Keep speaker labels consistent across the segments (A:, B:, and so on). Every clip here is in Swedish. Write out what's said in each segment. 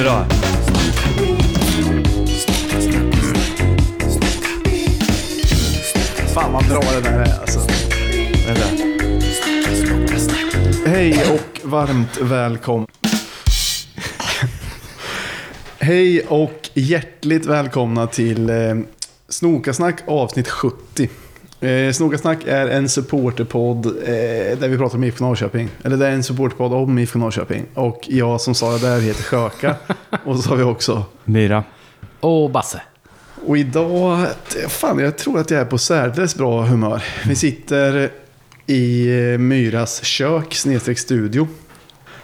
A: idag.
B: Fan vad bra det där är alltså.
A: Vänta.
B: Hej och varmt välkommen. Hej och hjärtligt välkomna till eh, Snokasnack avsnitt 70. Eh, Snokasnack är en supporterpodd eh, där vi pratar om IFK Norrköping. Eller det är en supporterpodd om IFK Norrköping. Och jag som sa det där heter Sjöka. och så har vi också
A: Myra.
C: Och Basse.
B: Och idag, fan jag tror att jag är på särdeles bra humör. Vi sitter i eh, Myras kök, snedstreck studio.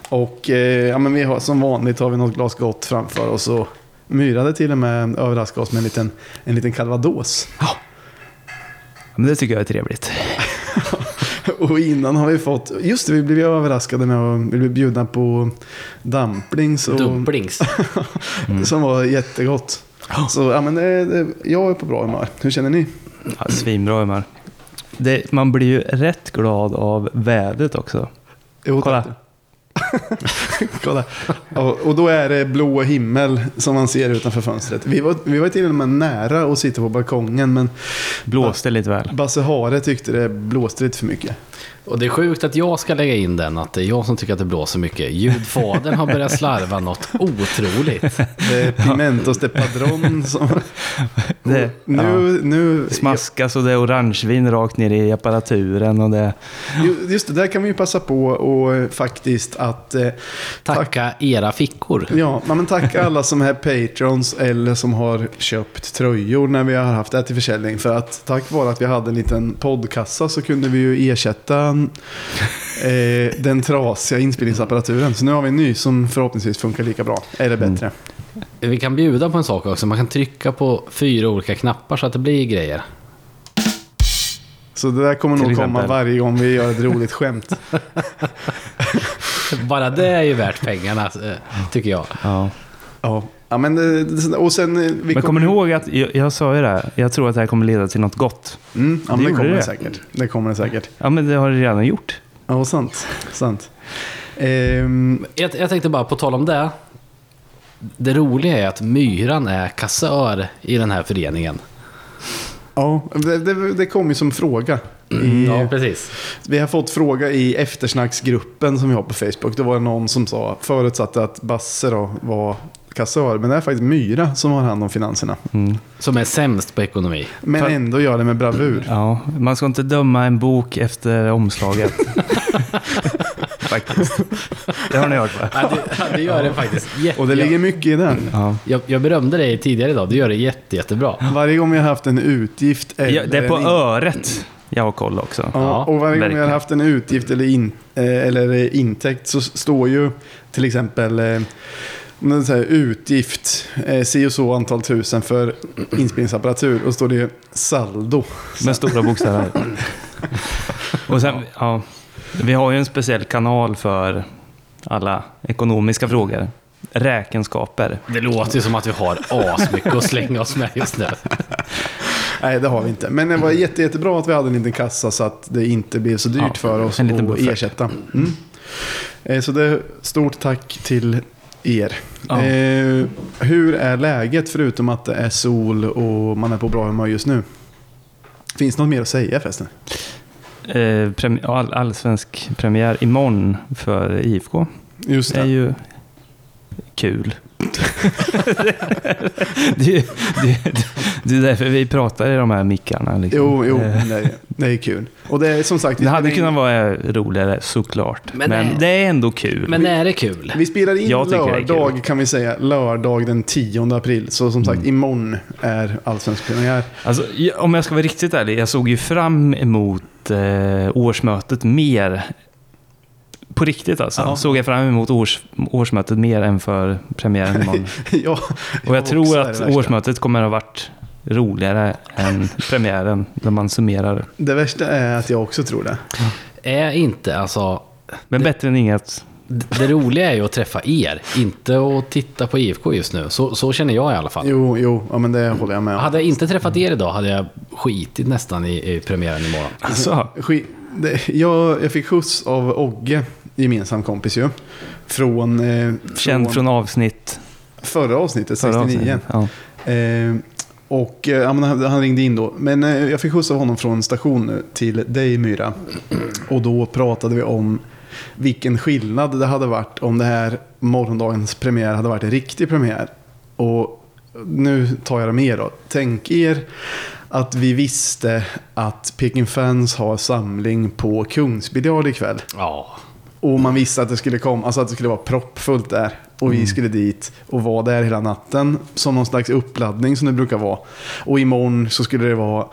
B: Och eh, ja, men vi har, som vanligt har vi något glas gott framför oss. Och Myra hade till och med överraskat oss med en liten, en liten calvados.
A: Ja. Men det tycker jag är trevligt.
B: Och innan har vi fått, just det vi blev ju överraskade med att vi blev bjudna på dumplings. Och,
C: Dumplings.
B: Som var jättegott. Så ja, men det, det, jag är på bra humör. Hur känner ni?
A: Ja, svinbra humör. Det, man blir ju rätt glad av vädret också.
B: Jo,
A: Kolla.
B: tack. Kolla. Och, och då är det blå himmel som man ser utanför fönstret. Vi var, vi var till och med nära att sitta på balkongen, men
A: Blåste lite väl.
B: Basse Hare tyckte det blåste lite för mycket.
C: Och det är sjukt att jag ska lägga in den, att det är jag som tycker att det blåser mycket. Ljudfadern har börjat slarva något otroligt.
B: Det är Pimentos de Padron som...
A: Det,
B: nu,
A: ja.
B: nu...
A: Smaskas och det är orangevin rakt ner i apparaturen och det...
B: ju- Just det, där kan vi ju passa på och faktiskt att... eh,
C: Tacka era fickor.
B: Ja, men tack alla som är patrons eller som har köpt tröjor när vi har haft det här till försäljning. För att tack vare att vi hade en liten poddkassa så kunde vi ju ersätta eh, den trasiga inspelningsapparaturen. Så nu har vi en ny som förhoppningsvis funkar lika bra, eller
A: Mm.
B: bättre.
C: Vi kan bjuda på en sak också. Man kan trycka på fyra olika knappar så att det blir grejer.
B: Så det där kommer
A: Till
B: nog komma
A: exempel.
B: varje gång vi gör ett roligt skämt.
C: Bara det är ju värt pengarna, eh, tycker jag.
A: Ja.
B: Ja, ja men det- det- och sen... eh, Vi
A: Men kommer ni ihåg att, jag, jag sa ju det, här, jag tror att det här kommer leda till något gott.
B: Mm, ja,
A: Det
B: men det
A: gjorde
B: kommer det
A: det.
B: säkert. Det kommer det säkert.
A: Ja, men det har det redan gjort.
B: Ja, sant. sant. Ehm,
C: Jag, jag tänkte bara, på tal om det. Det roliga är att Myran är kassör i den här föreningen.
B: ja, det, det, det kom ju som fråga.
A: Mm,
B: i-
C: Ja, precis.
B: Vi har fått fråga i eftersnacksgruppen som vi har på Facebook. Det var någon som sa, förutsatte att Basse då var kassör, men det är faktiskt Myra som har hand om finanserna.
A: Mm.
C: Som är sämst på ekonomi.
B: Men
A: För-
B: ändå gör det med bravur.
A: Ja, man ska inte döma en bok efter omslaget. Faktiskt. Det har ni hört va?
C: Ja, det, ja, det gör det faktiskt. Jätte,
B: Och det ligger mycket i den.
A: Ja.
C: jag, jag berömde dig tidigare idag, du gör det jätte, jättebra.
B: Varje gång vi har haft en utgift eller
A: Ja, det är på
B: en in-
A: öret jag har koll också.
B: Ja,
C: Ja,
B: och varje gång vi har
A: verkligen.
B: haft en utgift eller, in, eh, eller eh, intäkt så s- står ju till exempel eh, om det är så här, utgift, eh, si och så antal tusen för inspelningsapparatur. Och då står det ju saldo.
A: Med stora bokstäver. Och sen, ja, vi har ju en speciell kanal för alla ekonomiska frågor. Räkenskaper.
C: Det låter ju som att vi har asmycket att slänga oss med just nu.
B: Nej, det har vi inte. Men det var jätte, jättebra att vi hade en liten kassa så att det inte blev så dyrt
A: Ja,
B: för oss
A: en liten
B: att
A: buffert.
B: ersätta. Mm. Eh, Så det är stort tack till er.
A: Ja.
B: Eh, hur är läget förutom att det är sol och man är på bra humör just nu? Finns något mer att säga förresten?
A: Eh, prem- all, allsvensk premiär imorgon för IFK.
B: Just
A: Det är
B: det.
A: ju kul. det, är- det, är- det är därför vi pratar i de här mickarna. Liksom.
B: Jo, jo,
A: Eh,
B: det är, det är kul. Och det är som sagt... vi
A: Det hade
B: spelar in-
A: kunnat vara roligare såklart. Men,
C: Men-
A: det är ändå kul.
C: Men är det kul?
B: Vi spelar in
A: Jag tycker det är kul.
B: lördag kan vi säga. Lördag den 10 april. Så som sagt, imorgon är allsvensk premiär.
A: Alltså, jag- om jag ska vara riktigt ärlig, jag såg ju fram emot eh, årsmötet mer. På riktigt alltså.
B: Ja.
A: Såg jag fram emot års, årsmötet mer än för premiären imorgon.
B: ja,
A: Och jag
B: också
A: tror
B: är det
A: att
B: värsta.
A: årsmötet kommer ha varit roligare än premiären, när man summerar.
B: Det värsta är att jag också tror det.
C: Är inte, alltså...
A: Men bättre än inget.
C: d- Det roliga är ju att träffa er, inte att titta på IFK just nu. Så, så känner jag i alla fall.
B: Jo, jo, ja, men det håller jag med om.
C: Hade jag inte träffat er idag hade jag skitit nästan i, i premiären imorgon.
A: Alltså,
B: Ski- det- Jag, jag fick skjuts av Ogge, gemensam kompis ju. Från... Eh,
A: känd från avsnitt
B: Förra avsnittet,
A: Förra
B: 69.
A: avsnittet. Ja.
B: Eh, och eh, ja, men han, han ringde in då. Men eh, jag fick skjuts av honom från station till dig Myra. Och då pratade vi om vilken skillnad det hade varit om det här morgondagens premiär hade varit en riktig premiär. Och nu tar jag det med er då. Tänk er att vi visste att Peking Fans har samling på Kungsbiljard ikväll.
C: Ja.
B: Och man visste att det skulle komma, alltså att det skulle vara proppfullt där. Och vi
A: Mm.
B: skulle dit och vara där hela natten. Som någon slags uppladdning som det brukar vara. Och imorgon så skulle det vara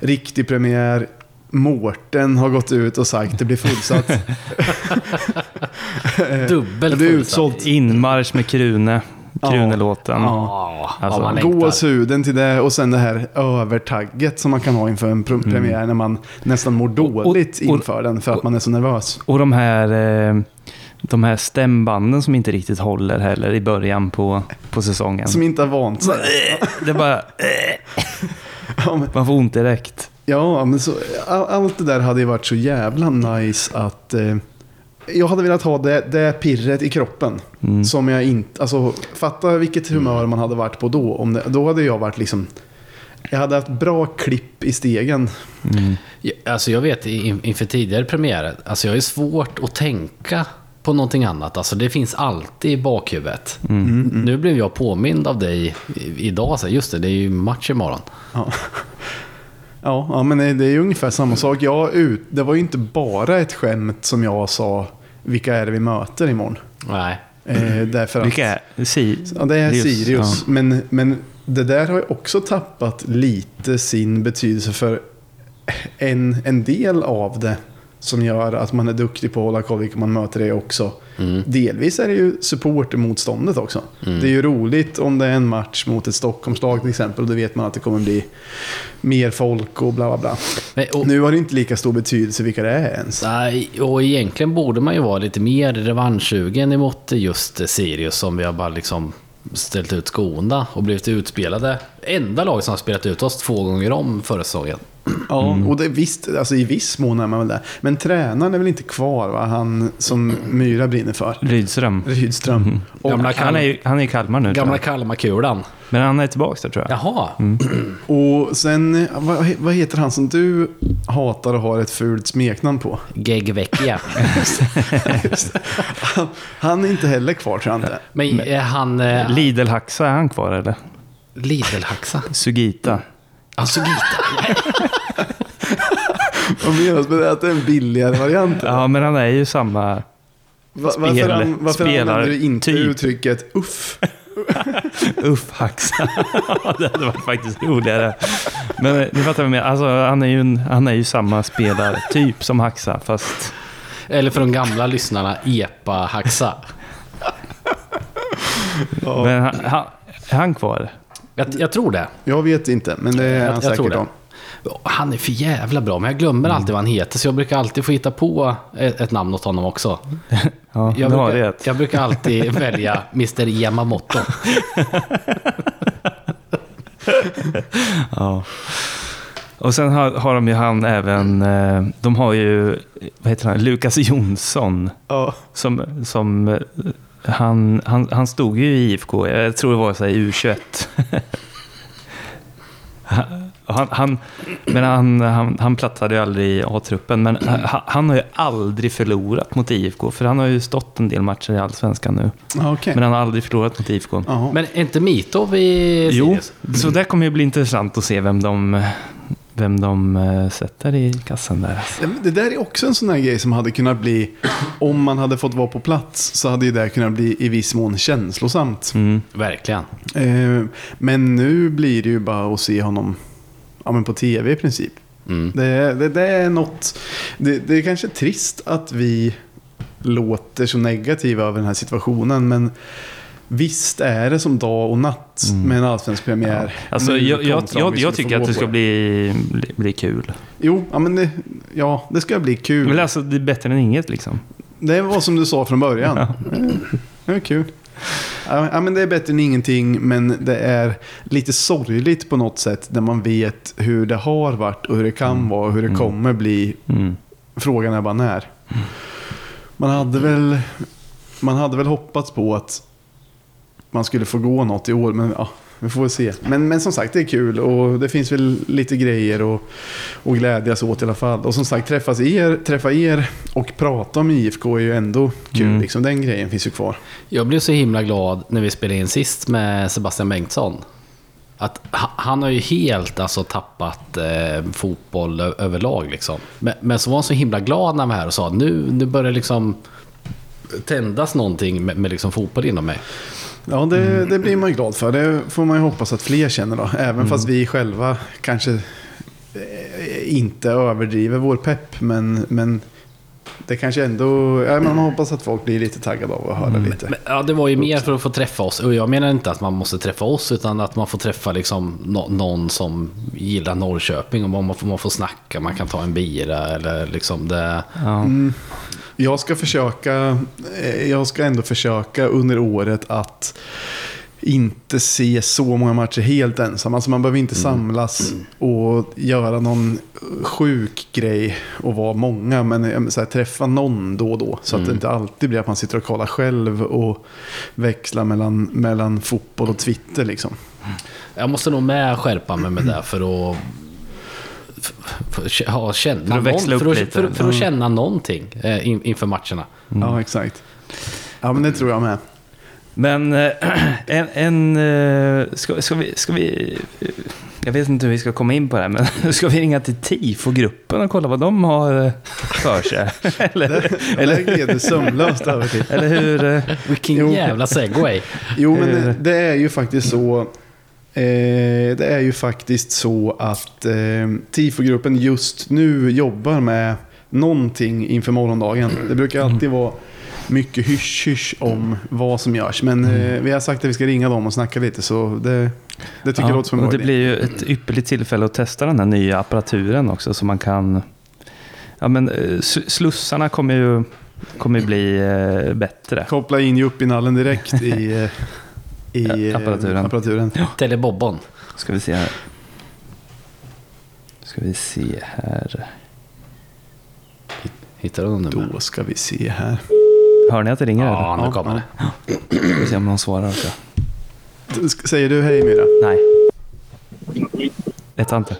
B: riktig premiär. Mårten har gått ut och sagt det blir fullsatt.
C: Dubbelt
B: det Eh, är
C: fullsatt.
B: utsålt.
A: Inmarsch med Krune.
B: Ja.
A: Krunelåten.
C: Ja,
A: Alltså,
C: vad man längtar.
B: Gåshuden till det och sen det här övertagget som man kan ha inför en pr- premiär när man nästan mår dåligt
A: Mm. och-
B: inför den för att man är så nervös.
A: Och de här, eh, de här stämbanden som inte riktigt håller heller i början på, på säsongen.
B: Som inte har vant sig.
A: Det är bara,
B: Ja, men-
A: man får ont direkt.
B: Ja, men så, all, allt det där hade ju varit så jävla nice att... Eh, jag hade velat ha det, det pirret i kroppen.
A: Mm.
B: Som jag inte... Alltså, fatta vilket humör man hade varit på då. Om det, då hade jag varit liksom... Jag hade haft bra klipp i stegen.
C: Ja, Alltså jag vet in- inför tidigare premiärer, alltså jag har ju svårt att tänka på någonting annat. Alltså det finns alltid i bakhuvudet. Nu blev jag påmind av dig i- idag, så här, just det, det är ju match imorgon.
B: Ja. Ja, ja, men det- det är ju ungefär samma sak. Jag ut, det var ju inte bara ett skämt som jag sa, vilka är det vi möter imorgon?
C: Nej.
B: Eh, därför att,
A: Mm. Vilka är si,
B: Ja, det är
A: Just,
B: Sirius. Men, men det där har ju också tappat lite sin betydelse för en, en del av det som gör att man är duktig på att hålla koll vilka man möter är också.
C: Mm.
B: Delvis är det ju supportermotståndet också. Det är ju roligt om det är en match mot ett Stockholmslag till exempel. och Då vet man att det kommer bli mer folk och bla bla bla.
C: Men, och,
B: Nu har det inte lika stor betydelse vilka det är ens.
C: nej, och egentligen borde man ju vara lite mer revanschsugen emot just Sirius som vi har bara liksom ställt ut skorna och blivit utspelade. Enda lag som har spelat ut oss två gånger om förra säsongen.
B: Ja, och det, visst, alltså i viss mån är man väl där. Men tränaren är väl inte kvar, va? Han som Myra brinner för.
A: Rydström.
B: Rydström. Och,
C: Gamla
A: Han är, ju- han är i Kalmar nu. tror
C: Gamla
A: jag.
C: Kalmarkulan.
A: Men han är tillbaka där tror jag.
C: Jaha.
B: och sen, vad, he- vad heter han som du hatar och har ett fult smeknamn på?
C: Gegveckia.
B: Han, han är inte heller kvar tror jag inte.
C: Men är han... Eh,
A: Lidl-Haxa, är han kvar eller?
C: Lidl-haxa?
A: Sugita.
C: Alltså Gita.
B: Vad menas med det? Att det är en billigare variant?
A: Ja, men han är ju samma...
B: Va, varför han, varför
A: spelar-
B: använder du inte
A: typ. eh, Alltså, typ, eh, eh,
B: Eh, man skulle få gå
A: eh, alltså. Alltså, alltså, liksom. Mm.
C: Mm.
B: något i år. Men ja, vi får väl se. Men, men som sagt, det är kul och det finns väl lite grejer att och glädjas åt i alla fall. Och som sagt, träffas er, träffa er och prata om IFK är ju ändå kul. Liksom, den grejen finns ju kvar.
C: Jag blev så himla glad när vi spelade in sist med Sebastian Bengtsson. Att ha- han har ju helt alltså, tappat eh, fotboll ö- överlag. Liksom. Men, men så var han så himla glad när han var här och sa att nu, nu börjar det liksom tändas någonting med, med liksom fotboll inom mig.
B: Ja, det, det blir man ju glad för. Det får man ju hoppas att fler känner då. Även fast vi själva kanske eh, inte överdriver vår pepp. Men, men det kanske ändå... Ja, men man hoppas att folk blir lite taggade av att höra lite.
C: Men, ja, det var ju mer för att få träffa oss. Och jag menar inte att man måste träffa oss, utan att man får träffa liksom nå- någon som gillar Norrköping. Och man, får, man får snacka, man kan ta en bira eller liksom det.
A: Ja.
B: Jag ska försöka, eh, jag ska ändå försöka under året att inte se så många matcher helt ensam. Alltså man behöver inte samlas och göra någon sjuk grej och vara många. Men eh, så här, träffa någon då och då. Så att det inte alltid blir att man sitter och kollar själv och växlar mellan, mellan fotboll och Twitter. Liksom.
C: Jag måste nog med skärpa mig med det för att för, för, för, ja, känna
A: För att växla
C: någon,
A: upp
C: för, att,
A: lite.
C: för, för att
A: Ja.
C: känna någonting eh, in, inför matcherna.
B: Ja, exakt. Ja, men det tror jag med.
A: Men eh, en... en eh, ska, ska, vi, ska vi... eh, Jag vet inte hur vi ska komma in på det här, men ska vi ringa till TIFO-gruppen och kolla vad de har eh, för sig? Eller,
B: Eller gled du sömnlöst över till.
A: eller hur... eh,
C: Vilken
B: Jo.
C: jävla segway.
B: Jo, men det, det är ju faktiskt så. Eh, det är ju faktiskt så att eh, TIFO-gruppen just nu jobbar med någonting inför morgondagen. Det brukar alltid vara mycket hysch-hysch om vad som görs. Men
A: Mm.
B: eh, vi har sagt att vi ska ringa dem och snacka lite, så det, det tycker jag låter som en
A: och
B: bra idé.
A: det blir ju ett ypperligt tillfälle att testa den här nya apparaturen också så man kan... Ja, men eh, s- slussarna kommer ju, kommer ju bli eh, bättre.
B: Koppla in juppinallen direkt i, eh, i eh,
A: Apparaturen.
B: apparaturen.
C: Telebobbon.
A: Ska vi se här. Ska vi se här.
C: Hittar du någon nummer?
B: Då ska vi se här.
A: Hör ni att det ringer?
C: Ja,
A: eller?
C: nu kommer det.
A: Ska vi se om någon svarar också.
B: Säger du hej Myra?
A: Nej. Vet jag inte.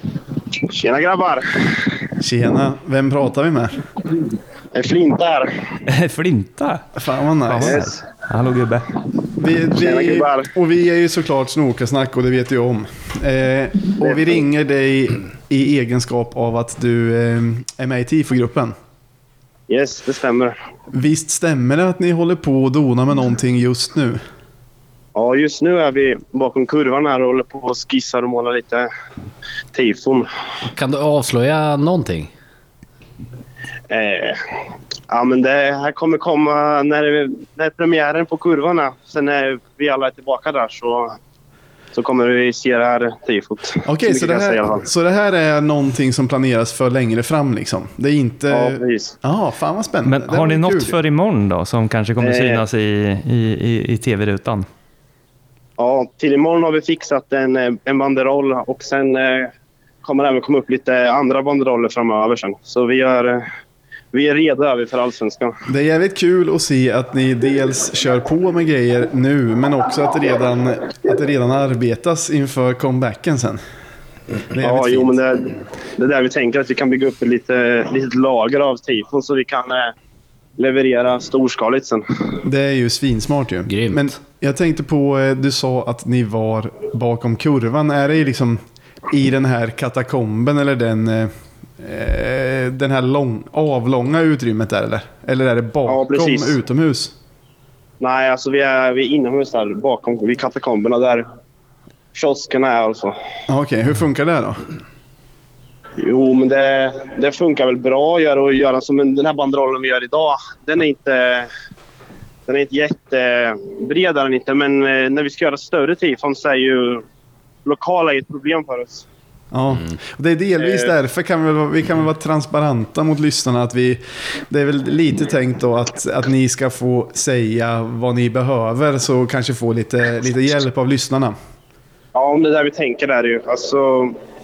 D: Tjena grabbar!
B: Tjena, vem pratar vi med?
D: Det är Flint här.
A: Flinta!
B: Fan vad nice.
D: Yes.
A: Hallå gubbe.
B: Vi,
D: Tjena,
B: vi,
D: gubbar.
B: och vi är ju såklart Snorkasnack och det vet du ju om. Eh, och vi ringer dig i egenskap av att du eh, är med i TIFO-gruppen.
D: Yes, det stämmer.
B: Visst stämmer det att ni håller på och donar med någonting just nu?
D: Ja, just nu är vi bakom kurvan här och håller på och skissar och målar lite tifon.
C: Kan du avslöja någonting?
D: Eh, ja, men det här kommer komma när, det- när premiären på kurvan är. Sen när vi alla är tillbaka där så, så kommer vi se det här tifot.
B: Okej,
D: mycket
B: så,
D: kan
B: det
D: jag säga i alla
B: här-
D: fall.
B: så det här är någonting som planeras för längre fram liksom? Det är inte...
D: Ja, precis.
B: Ja, fan vad spännande.
A: Men
B: Det
A: har
B: var
A: ni
B: kul.
A: något för imorgon då som kanske kommer
D: Eh.
A: synas i, i, i, i tv-rutan?
D: Ja, till imorgon har vi fixat en, eh, en banderoll och sen eh, kommer det även komma upp lite andra banderoller framöver sen. Så vi är, eh, vi är redo över för allsvenskan.
B: Det är jävligt kul att se att ni dels kör på med grejer nu, men också att det redan, att det redan arbetas inför comebacken sen. Det är
D: Ja,
B: jävligt
D: jo,
B: fint.
D: men det, det är där vi tänker att vi kan bygga upp ett litet, litet lager av tifon så vi kan eh, leverera storskaligt sen.
B: Det är ju svinsmart ju.
C: Grymt.
B: Men jag tänkte på, eh, du sa att ni var bakom kurvan. Är det ju liksom i den här katakomben eller den, eh, eh, den här lång, avlånga utrymmet där eller? Eller är det bakom
D: precis.
B: utomhus?
D: Nej, alltså vi är, vi är inomhus där bakom, vid katakomberna där kioskerna är och så.
B: Ja, Okej, hur funkar det då?
D: Jo, men det, det funkar väl bra att göra, och göra som en- den här banderollen vi gör idag. Den är inte, den är inte jättebred, är den inte. men eh, när vi ska göra större tifon så är ju lokala ett problem för oss.
B: Ja, och det är delvis
D: Eh.
B: därför kan vi, väl, vara- vi kan väl vara transparenta mot lyssnarna. Att vi, det är väl lite tänkt då att, att ni ska få säga vad ni behöver så kanske få lite, lite hjälp av lyssnarna.
D: Ja, men det där vi tänker där är ju. Alltså,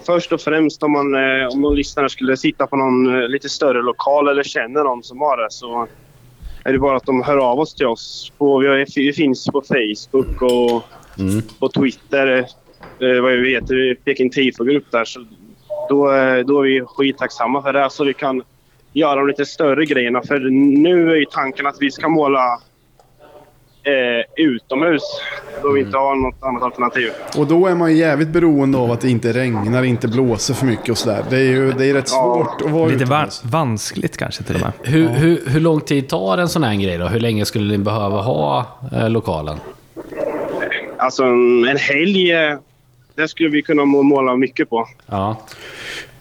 D: först och främst om, man, eh, om någon lyssnare skulle sitta på någon eh, lite större lokal eller känner någon som har det så är det bara att de hör av oss till oss. På, vi, har, vi finns på Facebook och
C: Mm.
D: på Twitter. Eh, vad vi heter, Peking TIFO-grupp där. Så då, eh, då är vi skittacksamma för det. Så vi kan göra de lite större grejerna. För nu är ju tanken att vi ska måla eh, utomhus. Då vi inte har något annat alternativ.
B: Och då är man ju jävligt beroende av att det inte regnar, inte blåser för mycket och sådär. Det är ju det är rätt svårt att vara
A: Lite va-
B: utomhus.
A: vanskligt kanske till och med.
C: Hur, hur, hur lång tid tar en sån här grej då? Hur länge skulle ni behöva ha eh, lokalen?
D: Alltså en, en helg, eh, det skulle vi kunna må- måla mycket på.
C: Ja.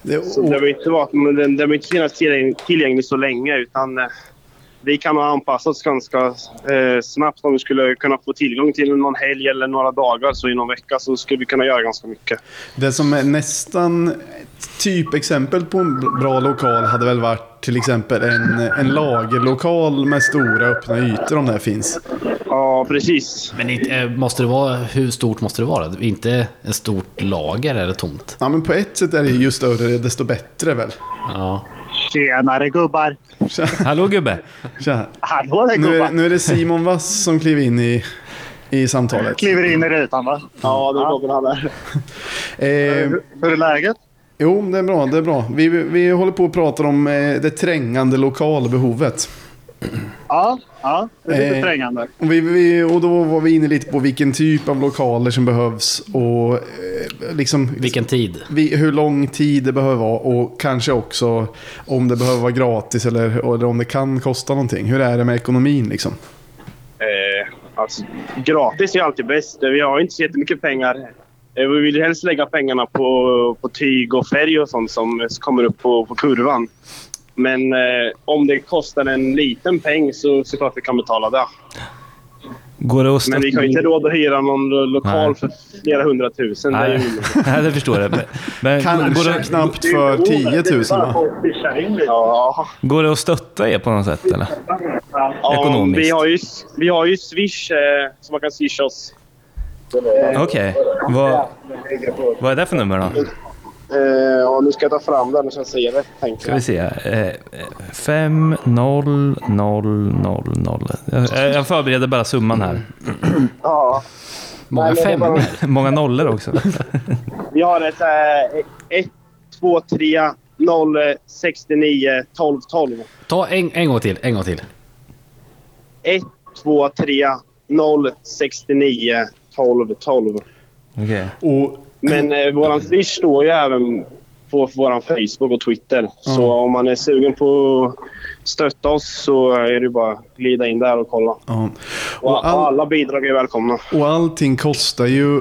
B: Det,
D: Så
B: och,
D: det behöver inte, vara, men den, den behöver inte finnas tillgäng- tillgänglig så länge. utan eh, Vi kan ha anpassat oss ganska eh, snabbt. Om vi skulle kunna få tillgång till någon helg eller några dagar så i någon vecka så skulle vi kunna göra ganska mycket.
B: det som är nästan ett typexempel på en bra lokal hade väl varit till exempel en, en lagerlokal med stora öppna ytor om det här finns.
D: Ja, precis.
C: Men inte, eh, måste det vara, hur stort måste det vara? Inte ett stort lager eller tomt?
B: Ja men på ett sätt är det ju större desto bättre väl.
C: Ja.
D: Tjenare gubbar!
A: Hallå gubbe!
B: Tja.
D: Hallå där
B: Nu är, nu är det Simon Vass som kliver in i, i samtalet.
E: kliver in i rutan va?
D: Ja, nu kommer han där.
B: Eh,
E: Hur är läget?
B: jo, det är bra. Det är bra. Vi, vi håller på att prata om eh, det trängande lokalbehovet.
E: Ja, ja det är lite
B: Eh.
E: trängande.
B: Och, vi, vi, och då var vi inne lite på vilken typ av lokaler som behövs och eh, liksom,
C: Vilken tid?
B: vi, hur lång tid det behöver vara och kanske också om det behöver vara gratis eller, eller om det kan kosta någonting. Hur är det med ekonomin liksom?
D: Eh, alltså, gratis är alltid bäst. Eh, Vi har inte så jättemycket pengar. Eh, vi vill helst lägga pengarna på, på tyg och färg och sånt som eh, kommer upp på, på kurvan. Men eh, om det kostar en liten peng så såklart vi kan betala det.
A: Går det att
D: Men vi
A: stötta-
D: kan ju inte råd att hyra någon lo- lokal
A: Mm. Nej.
D: för flera hundratusen. Det är ju
A: Nej, nej, det förstår jag. Men, men går,
B: Kanske
A: det,
B: knappt för 10 000 va?
D: Ja.
A: går det att stötta er på något sätt eller?
D: Ja,
A: Ekonomiskt.
D: Vi har ju, vi har ju Swish eh, som man kan swisha oss.
A: Okej. Vad, vad är det för nummer då?
D: Eh, ja, nu ska jag ta fram den och sen säga rätt. Tänker
A: Ska vi se. Eh, fem noll noll noll noll. Jag- Jag förbereder bara summan här.
D: Ja.
C: Många
D: Nej, men det
C: fem?
D: var-
A: Många nollor också.
D: Vi har ett eh, ett, två, tre, noll, eh, 69 12 12.
C: Ta en, en gång till, en gång till.
D: 1, 2, 3, 0, 69 12 12.
A: Okej.
B: Och
D: Men eh, våran Swish står ju även på vår Facebook och Twitter. Så om man är sugen på att stötta oss så är det bara att glida in där och kolla.
B: Ja.
D: Och,
B: Och all-
D: och alla bidrag är välkomna.
B: Och allting kostar ju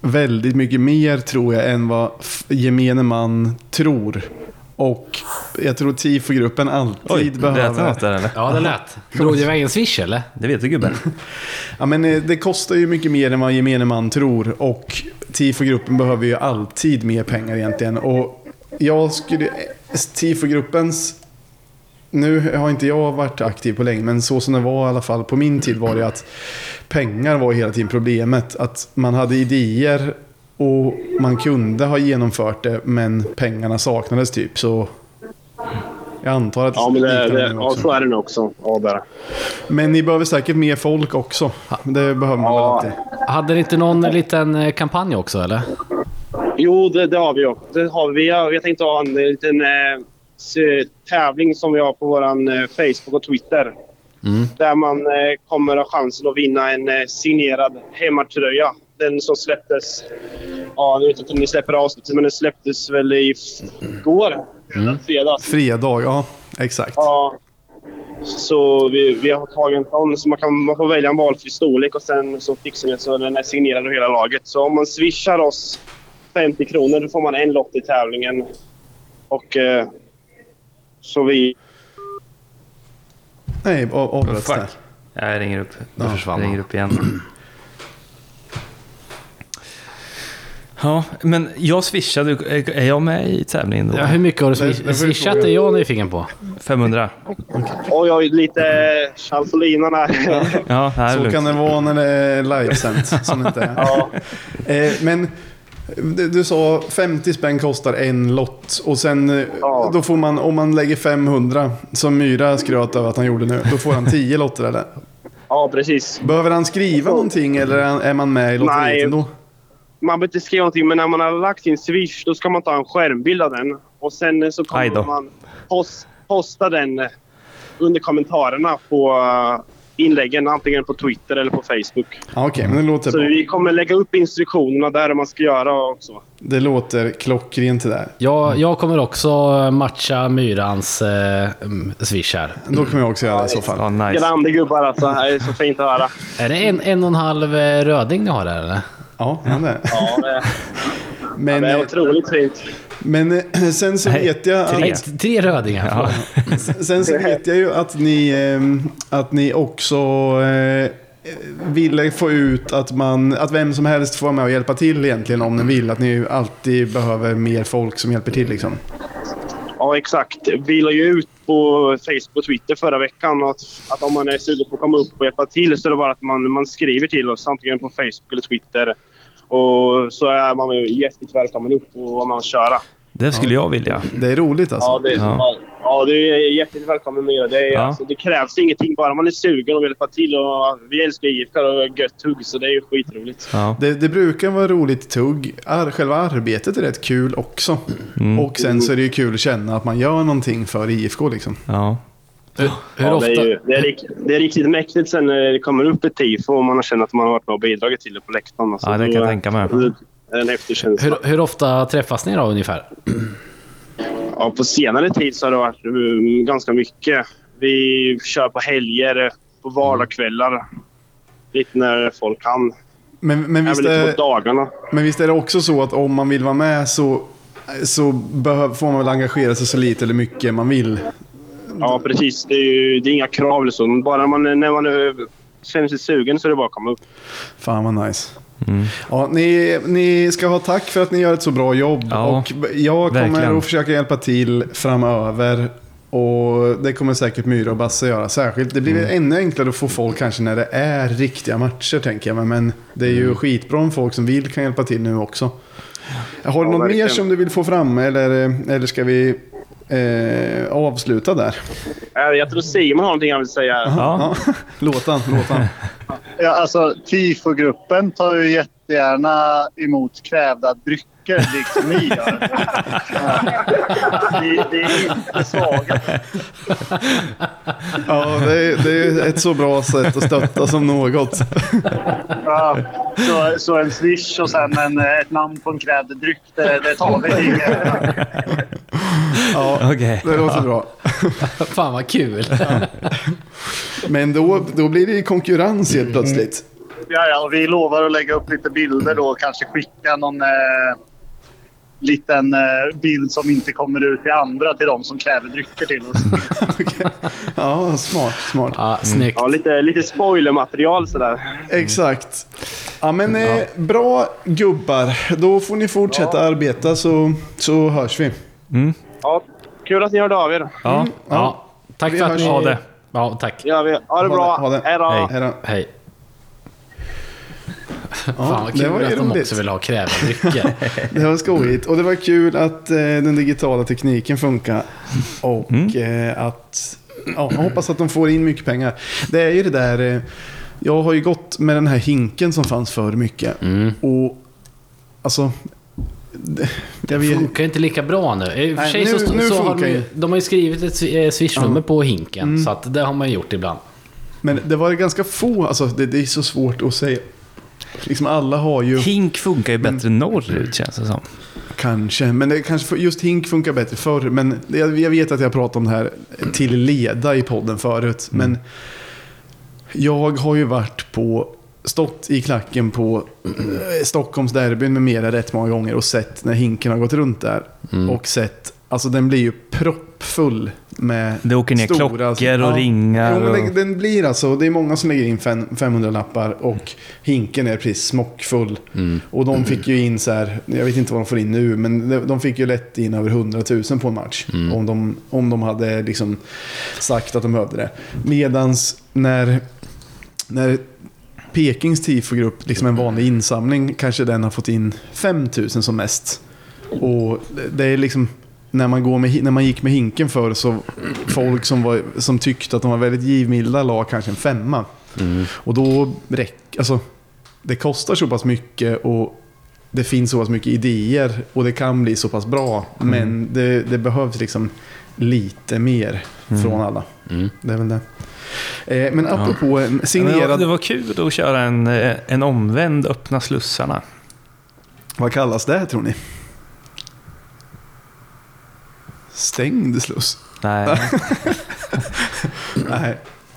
B: väldigt mycket mer tror jag än vad f- gemene man tror. Och jag tror TIFO-gruppen alltid
A: Oj, lät det
B: behöver...
A: något där eller?
C: Ja, det lät. Drog det iväg en swish eller?
A: Det vet du gubben.
B: Ja, men eh, det kostar ju mycket mer än vad gemene man tror och TIFO-gruppen behöver ju alltid mer pengar egentligen. Och jag skulle... TIFO-gruppens... Nu har inte jag varit aktiv på länge, men så som det var i alla fall på min tid var det att pengar var hela tiden problemet. Att man hade idéer och man kunde ha genomfört det, men pengarna saknades typ. Så jag antar att...
D: Ja, men det,
B: liknande
D: det,
B: nu
D: ja,
B: också.
D: så är det nog också. Ja, där.
B: Men ni behöver säkert mer folk också. Det behöver man väl
D: Ja.
B: alltid.
C: Hade ni inte någon liten eh, kampanj också eller?
D: Jo, det, det har vi ju. Det har vi. Jag jag tänkte ha en liten eh, s- tävling som vi har på vår eh, Facebook och Twitter. Där man eh, kommer ha chansen att vinna en eh, signerad hemmatröja. Den som släpptes... Ja, nu vet jag inte om ni släpper avsnittet, men den släpptes väl i f- går. Fredags.
B: Fredag, ja. Exakt.
D: Ja. Så vi, vi har tagit en sån. Så man, kan, man får välja en valfri storlek och sen så fixar vi så den är signerad av hela laget. Så om man swishar oss 50 kronor då får man en lott i tävlingen. Och eh, så vi...
B: Nej, av- avbröts
A: Fuck.
B: där.
A: Jag ringer upp.
C: Då försvann
A: ringer
C: han.
A: upp igen. Ja, men jag swishade. Är jag med i tävlingen då?
C: Ja, hur mycket har du
B: Det- det
C: swish-
B: får du
C: swishat?
B: fråga.
C: Det är jag nyfiken på.
A: 500.
D: Oj, oj, lite chansolina här.
A: Ja, här är
B: Så
A: lugnt.
B: kan det vara när det är livesänt, som det inte är.
D: Ja.
B: Eh, Men Du, du sa 50 spänn kostar en lott och sen eh,
D: Ja.
B: då får man, om man lägger 500 som Myra skröt över att han gjorde nu, då får han 10 lotter eller?
D: Ja, precis.
B: Behöver han skriva någonting eller är han- är man med i lotteriet
D: Nej.
B: ändå?
D: Man behöver inte skriva någonting, men när man har lagt sin Swish då ska man ta en skärmbild av den. Och sen eh, så
A: Aj då.
D: kommer man pos- posta den eh, under kommentarerna på eh, inläggen. Antingen på Twitter eller på Facebook.
B: Ja, Okej, men det låter
D: Så
B: bra.
D: vi kommer lägga upp instruktionerna där hur man ska göra också.
B: Det låter klockrent det där.
C: Jag, jag kommer också eh, matcha Myrans eh, mm, swish här.
B: Då kommer jag också göra det i så fall.
A: Ja, nice.
D: Grande gubbar alltså. Det är så fint att höra.
C: Är det en, en och en halv eh, röding ni har där eller?
B: Ja, ja, det är det.
D: Ja, det,
B: Men,
D: det är otroligt fint.
B: men eh, sen så
A: Nej,
B: vet jag...
A: tre.
C: Nej, t- tre rödingar.
A: Ja.
B: Sen så vet jag ju att ni, ehm, att ni också eh, ville få ut att, man, att vem som helst får vara med och hjälpa till egentligen om den vill. Att ni alltid behöver mer folk som hjälper till liksom.
D: Ja, exakt. Vi la ju ut på Facebook och Twitter förra veckan att, att om man är sugen på att komma upp och hjälpa till så är det bara att man, man skriver till oss antingen på Facebook eller Twitter. Och så är man ju hjärtligt välkommen upp och vad man köra.
A: Det skulle jag vilja.
B: Det är roligt alltså.
D: Ja, det,
A: Ja.
D: ja. Ja, du är hjärtligt välkommen med. Det, är,
A: Ja.
D: alltså, det krävs ingenting, bara man är sugen och vill hjälpa till. Och vi älskar IFK och gött hugg, så det är ju skitroligt.
A: Ja.
B: Det, det brukar vara roligt tugg. Ar, själva arbetet är rätt kul också. Och sen så är det ju kul att känna att man gör någonting för IFK liksom.
A: Ja.
C: Hur, hur
D: ja,
C: ofta?
D: Det är, ju, det, är riktigt, det är riktigt mäktigt sen när det kommer upp ett tifo och man har känt att man har varit med och bidragit till det på läktaren. Alltså,
A: Ja, det kan
D: då-
A: jag tänka mig.
D: Det är en häftig känsla.
C: Hur, hur ofta träffas ni då ungefär?
D: Ja, på senare tid så har det varit mm, ganska mycket. Vi kör på helger, eh, på vardagskvällar. Lite när folk kan.
B: Men, men, visst
D: Även lite
B: är,
D: på dagarna.
B: men visst är det också så att om man vill vara med så, så behöv, får man väl engagera sig så lite eller mycket man vill.
D: Ja, precis. Det är, ju, det är inga krav eller så. Men Bara man, när man eh, känner sig sugen så är det bara att komma upp.
B: Fan vad nice.
A: Mm.
B: Ja, ni, ni ska ha tack för att ni gör ett så bra jobb.
A: Ja,
B: och b- jag kommer
A: verkligen.
B: att försöka hjälpa till framöver. Och det kommer säkert Myra och Basse göra särskilt. Det blir
A: Mm.
B: väl ännu enklare att få folk kanske när det är riktiga matcher tänker jag. Men, men det är ju
A: Mm.
B: skitbra om folk som vill kan hjälpa till nu också. Har du
D: Ja,
B: något mer
D: verkligen.
B: som du vill få fram eller, eller ska vi eh, avsluta där?
D: Eh, Jag tror Simon har någonting han vill säga. här.
A: Ja.
B: låt han, låt han.
E: Ja, alltså, TIFO-gruppen tar ju jättegärna emot krävda drycker, liksom ni gör.
D: Det, det är inte svaga.
B: Ja, det är, det är ett så bra sätt att stötta som något.
E: Ja, så, så en swish och sen en, eh, ett namn på en krävd dryck, det, det tar vi.
B: Ja,
A: Okej.
B: det låter bra.
C: Fan vad kul.
B: Men då, då blir det ju konkurrens helt plötsligt.
C: Mm.
E: Ja, ja, och vi lovar att lägga upp lite bilder då och kanske skicka någon eh, liten eh, bild som inte kommer ut till andra, till de som kräver drycker till oss.
B: Okej. Ja, smart, smart.
C: Ja, snyggt.
D: Ja, lite, lite spoilermaterial sådär.
C: Mm.
B: Exakt. Ja, men eh, bra gubbar. Då får ni fortsätta arbeta så, så hörs vi.
D: Ja, kul att ni hörde av er.
A: Ja.
C: Ja, tack
B: Vi
C: för att
B: hörs
C: ni...
B: i-
A: det.
C: Ja, tack.
D: Ja, vi, ha
B: Ha
D: det bra.
B: det, ha det.
D: Hej då.
A: Hej.
B: Hej då.
C: Hej. Fan
B: Ja, det var
C: vad kul
B: ju
C: att de
B: roligt.
C: också vill ha krävdrycker.
B: Det var skojigt. Och det var kul att eh, den digitala tekniken funkar. Och eh, att... Ja, jag hoppas att de får in mycket pengar. Det är ju det där... Eh, jag har ju gått med den här hinken som fanns förr mycket. Och... Alltså... Det, jag
C: Det
B: vet-
C: funkar ju inte lika bra nu. I och för
B: Nej,
C: sig
B: nu-
C: så,
B: nu
C: så har
B: funkar
C: de, ju-
B: ju.
C: de har ju skrivit ett swi- eh, swishnummer på hinken, så att det har man ju gjort ibland.
B: Men det var ganska få, alltså det, det är så svårt att säga. Liksom alla har ju,
A: Hink funkar ju bättre
B: Mm.
A: norrut känns det som.
B: kanske, men det kanske, just hink funkar bättre förr. Men det- jag, jag vet att jag pratat om det här till leda i podden förut. Men jag har ju varit på, stått i klacken på eh, Stockholmsderbyn med mera rätt många gånger och sett när hinken har gått runt där. Och sett, alltså den blir ju proppfull med
A: Det åker ner klockor och ringar
B: alltså. Jo, men
A: och-
B: det, den blir alltså, det är många som lägger in fem- 500 lappar och hinken är precis smockfull. Och de fick ju in så här, jag vet inte vad de får in nu, men de- de fick ju lätt in över 100 000 på en match. Om, de, om de hade liksom sagt att de behövde det. Medans när, när Pekings tifogrupp, liksom en vanlig insamling, kanske den har fått in 5000 som mest. Och det är liksom, när man, går med, när man gick med hinken förr så folk som, var, som tyckte att de var väldigt givmilda la kanske en femma.
A: Mm.
B: Och då räcker, alltså, det kostar så pass mycket och det finns så pass mycket idéer och det kan bli så pass bra.
A: Mm.
B: Men det, det behövs liksom lite mer från alla. Det är väl det. Eh, men apropå en
A: Mm. Ja, men det var-
B: signerad,
A: Det var kul att köra en, eh, en omvänd öppna slussarna.
B: vad kallas det tror ni? Stängd sluss?
A: Nej.
B: Nej,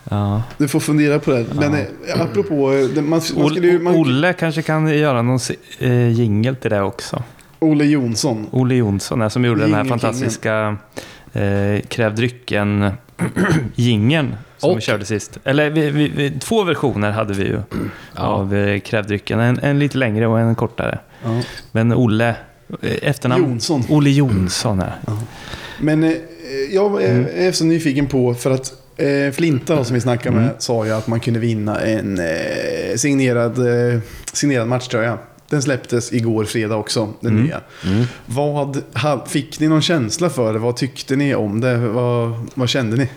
A: Ja.
B: du får fundera på det. Men eh, apropå, eh, det- man, man skulle ju...
A: Ol-
B: Man,
A: Olle kanske kan göra någon si- eh, jingel till det också.
B: Olle Jonsson.
A: Olle Jonsson är som gjorde den här
B: Jingelkingen.
A: fantastiska eh, kräv drycken gingen som vi
C: Och-
A: körde sist. Eller vi, vi, vi, två versioner hade vi ju av eh, kräv drycken. En, en lite längre och en kortare.
B: Ja.
A: Men Olle, eh, efternamn?
B: Jonsson.
A: Olle Jonsson är det.
B: Men eh, jag
A: Mm.
B: är, är så nyfiken på, för att eh, Flinta då, som vi snackade
A: Mm.
B: med sa ju att man kunde vinna en eh, signerad, eh, signerad matchtröja. Den släpptes igår fredag också, den
A: Mm.
B: nya. Vad, ha, fick ni någon känsla för det? Vad tyckte ni om det? Vad, vad kände ni?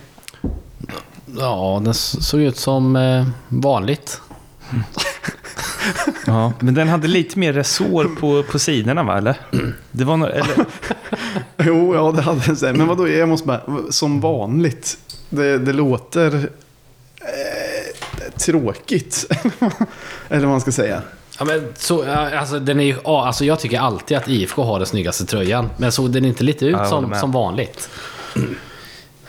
C: Ja, den s- såg ut som eh, vanligt.
A: Ja, men den hade lite mer resår på, på sidorna va, eller? Det var nå- eller,
B: Jo, ja det hade den. sen. Men vadå, jag måste bara, som vanligt. Det, det låter eh, tråkigt. Eller vad man ska säga.
C: Ja, men så, ja, alltså, den är, ju- ja, alltså, jag tycker alltid att IFK har den snyggaste tröjan, men såg den inte lite ut
A: jag håller
C: som,
A: med.
C: som vanligt?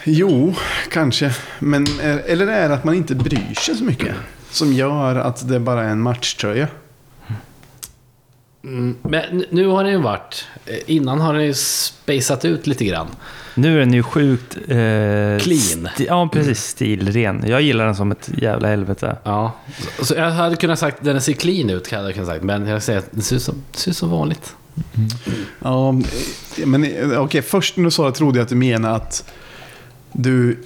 B: Jo, kanske. Men, är- eller är det att man inte bryr sig så mycket? Som gör att det bara är en matchtröja.
C: Mm. Men nu har den ju varit... eh, Innan har den ju spejsat ut lite grann.
A: nu är den ju sjukt... Eh, Clean. ja, precis. Stilren. Jag gillar den som ett jävla helvete.
C: Ja. Så, så jag hade kunnat sagt den ser clean ut, hade jag kunnat sagt, men jag säger att den ser ut som, ser ut som vanligt.
B: Ja, eh, men okej. först när du sa det trodde jag att du menade att du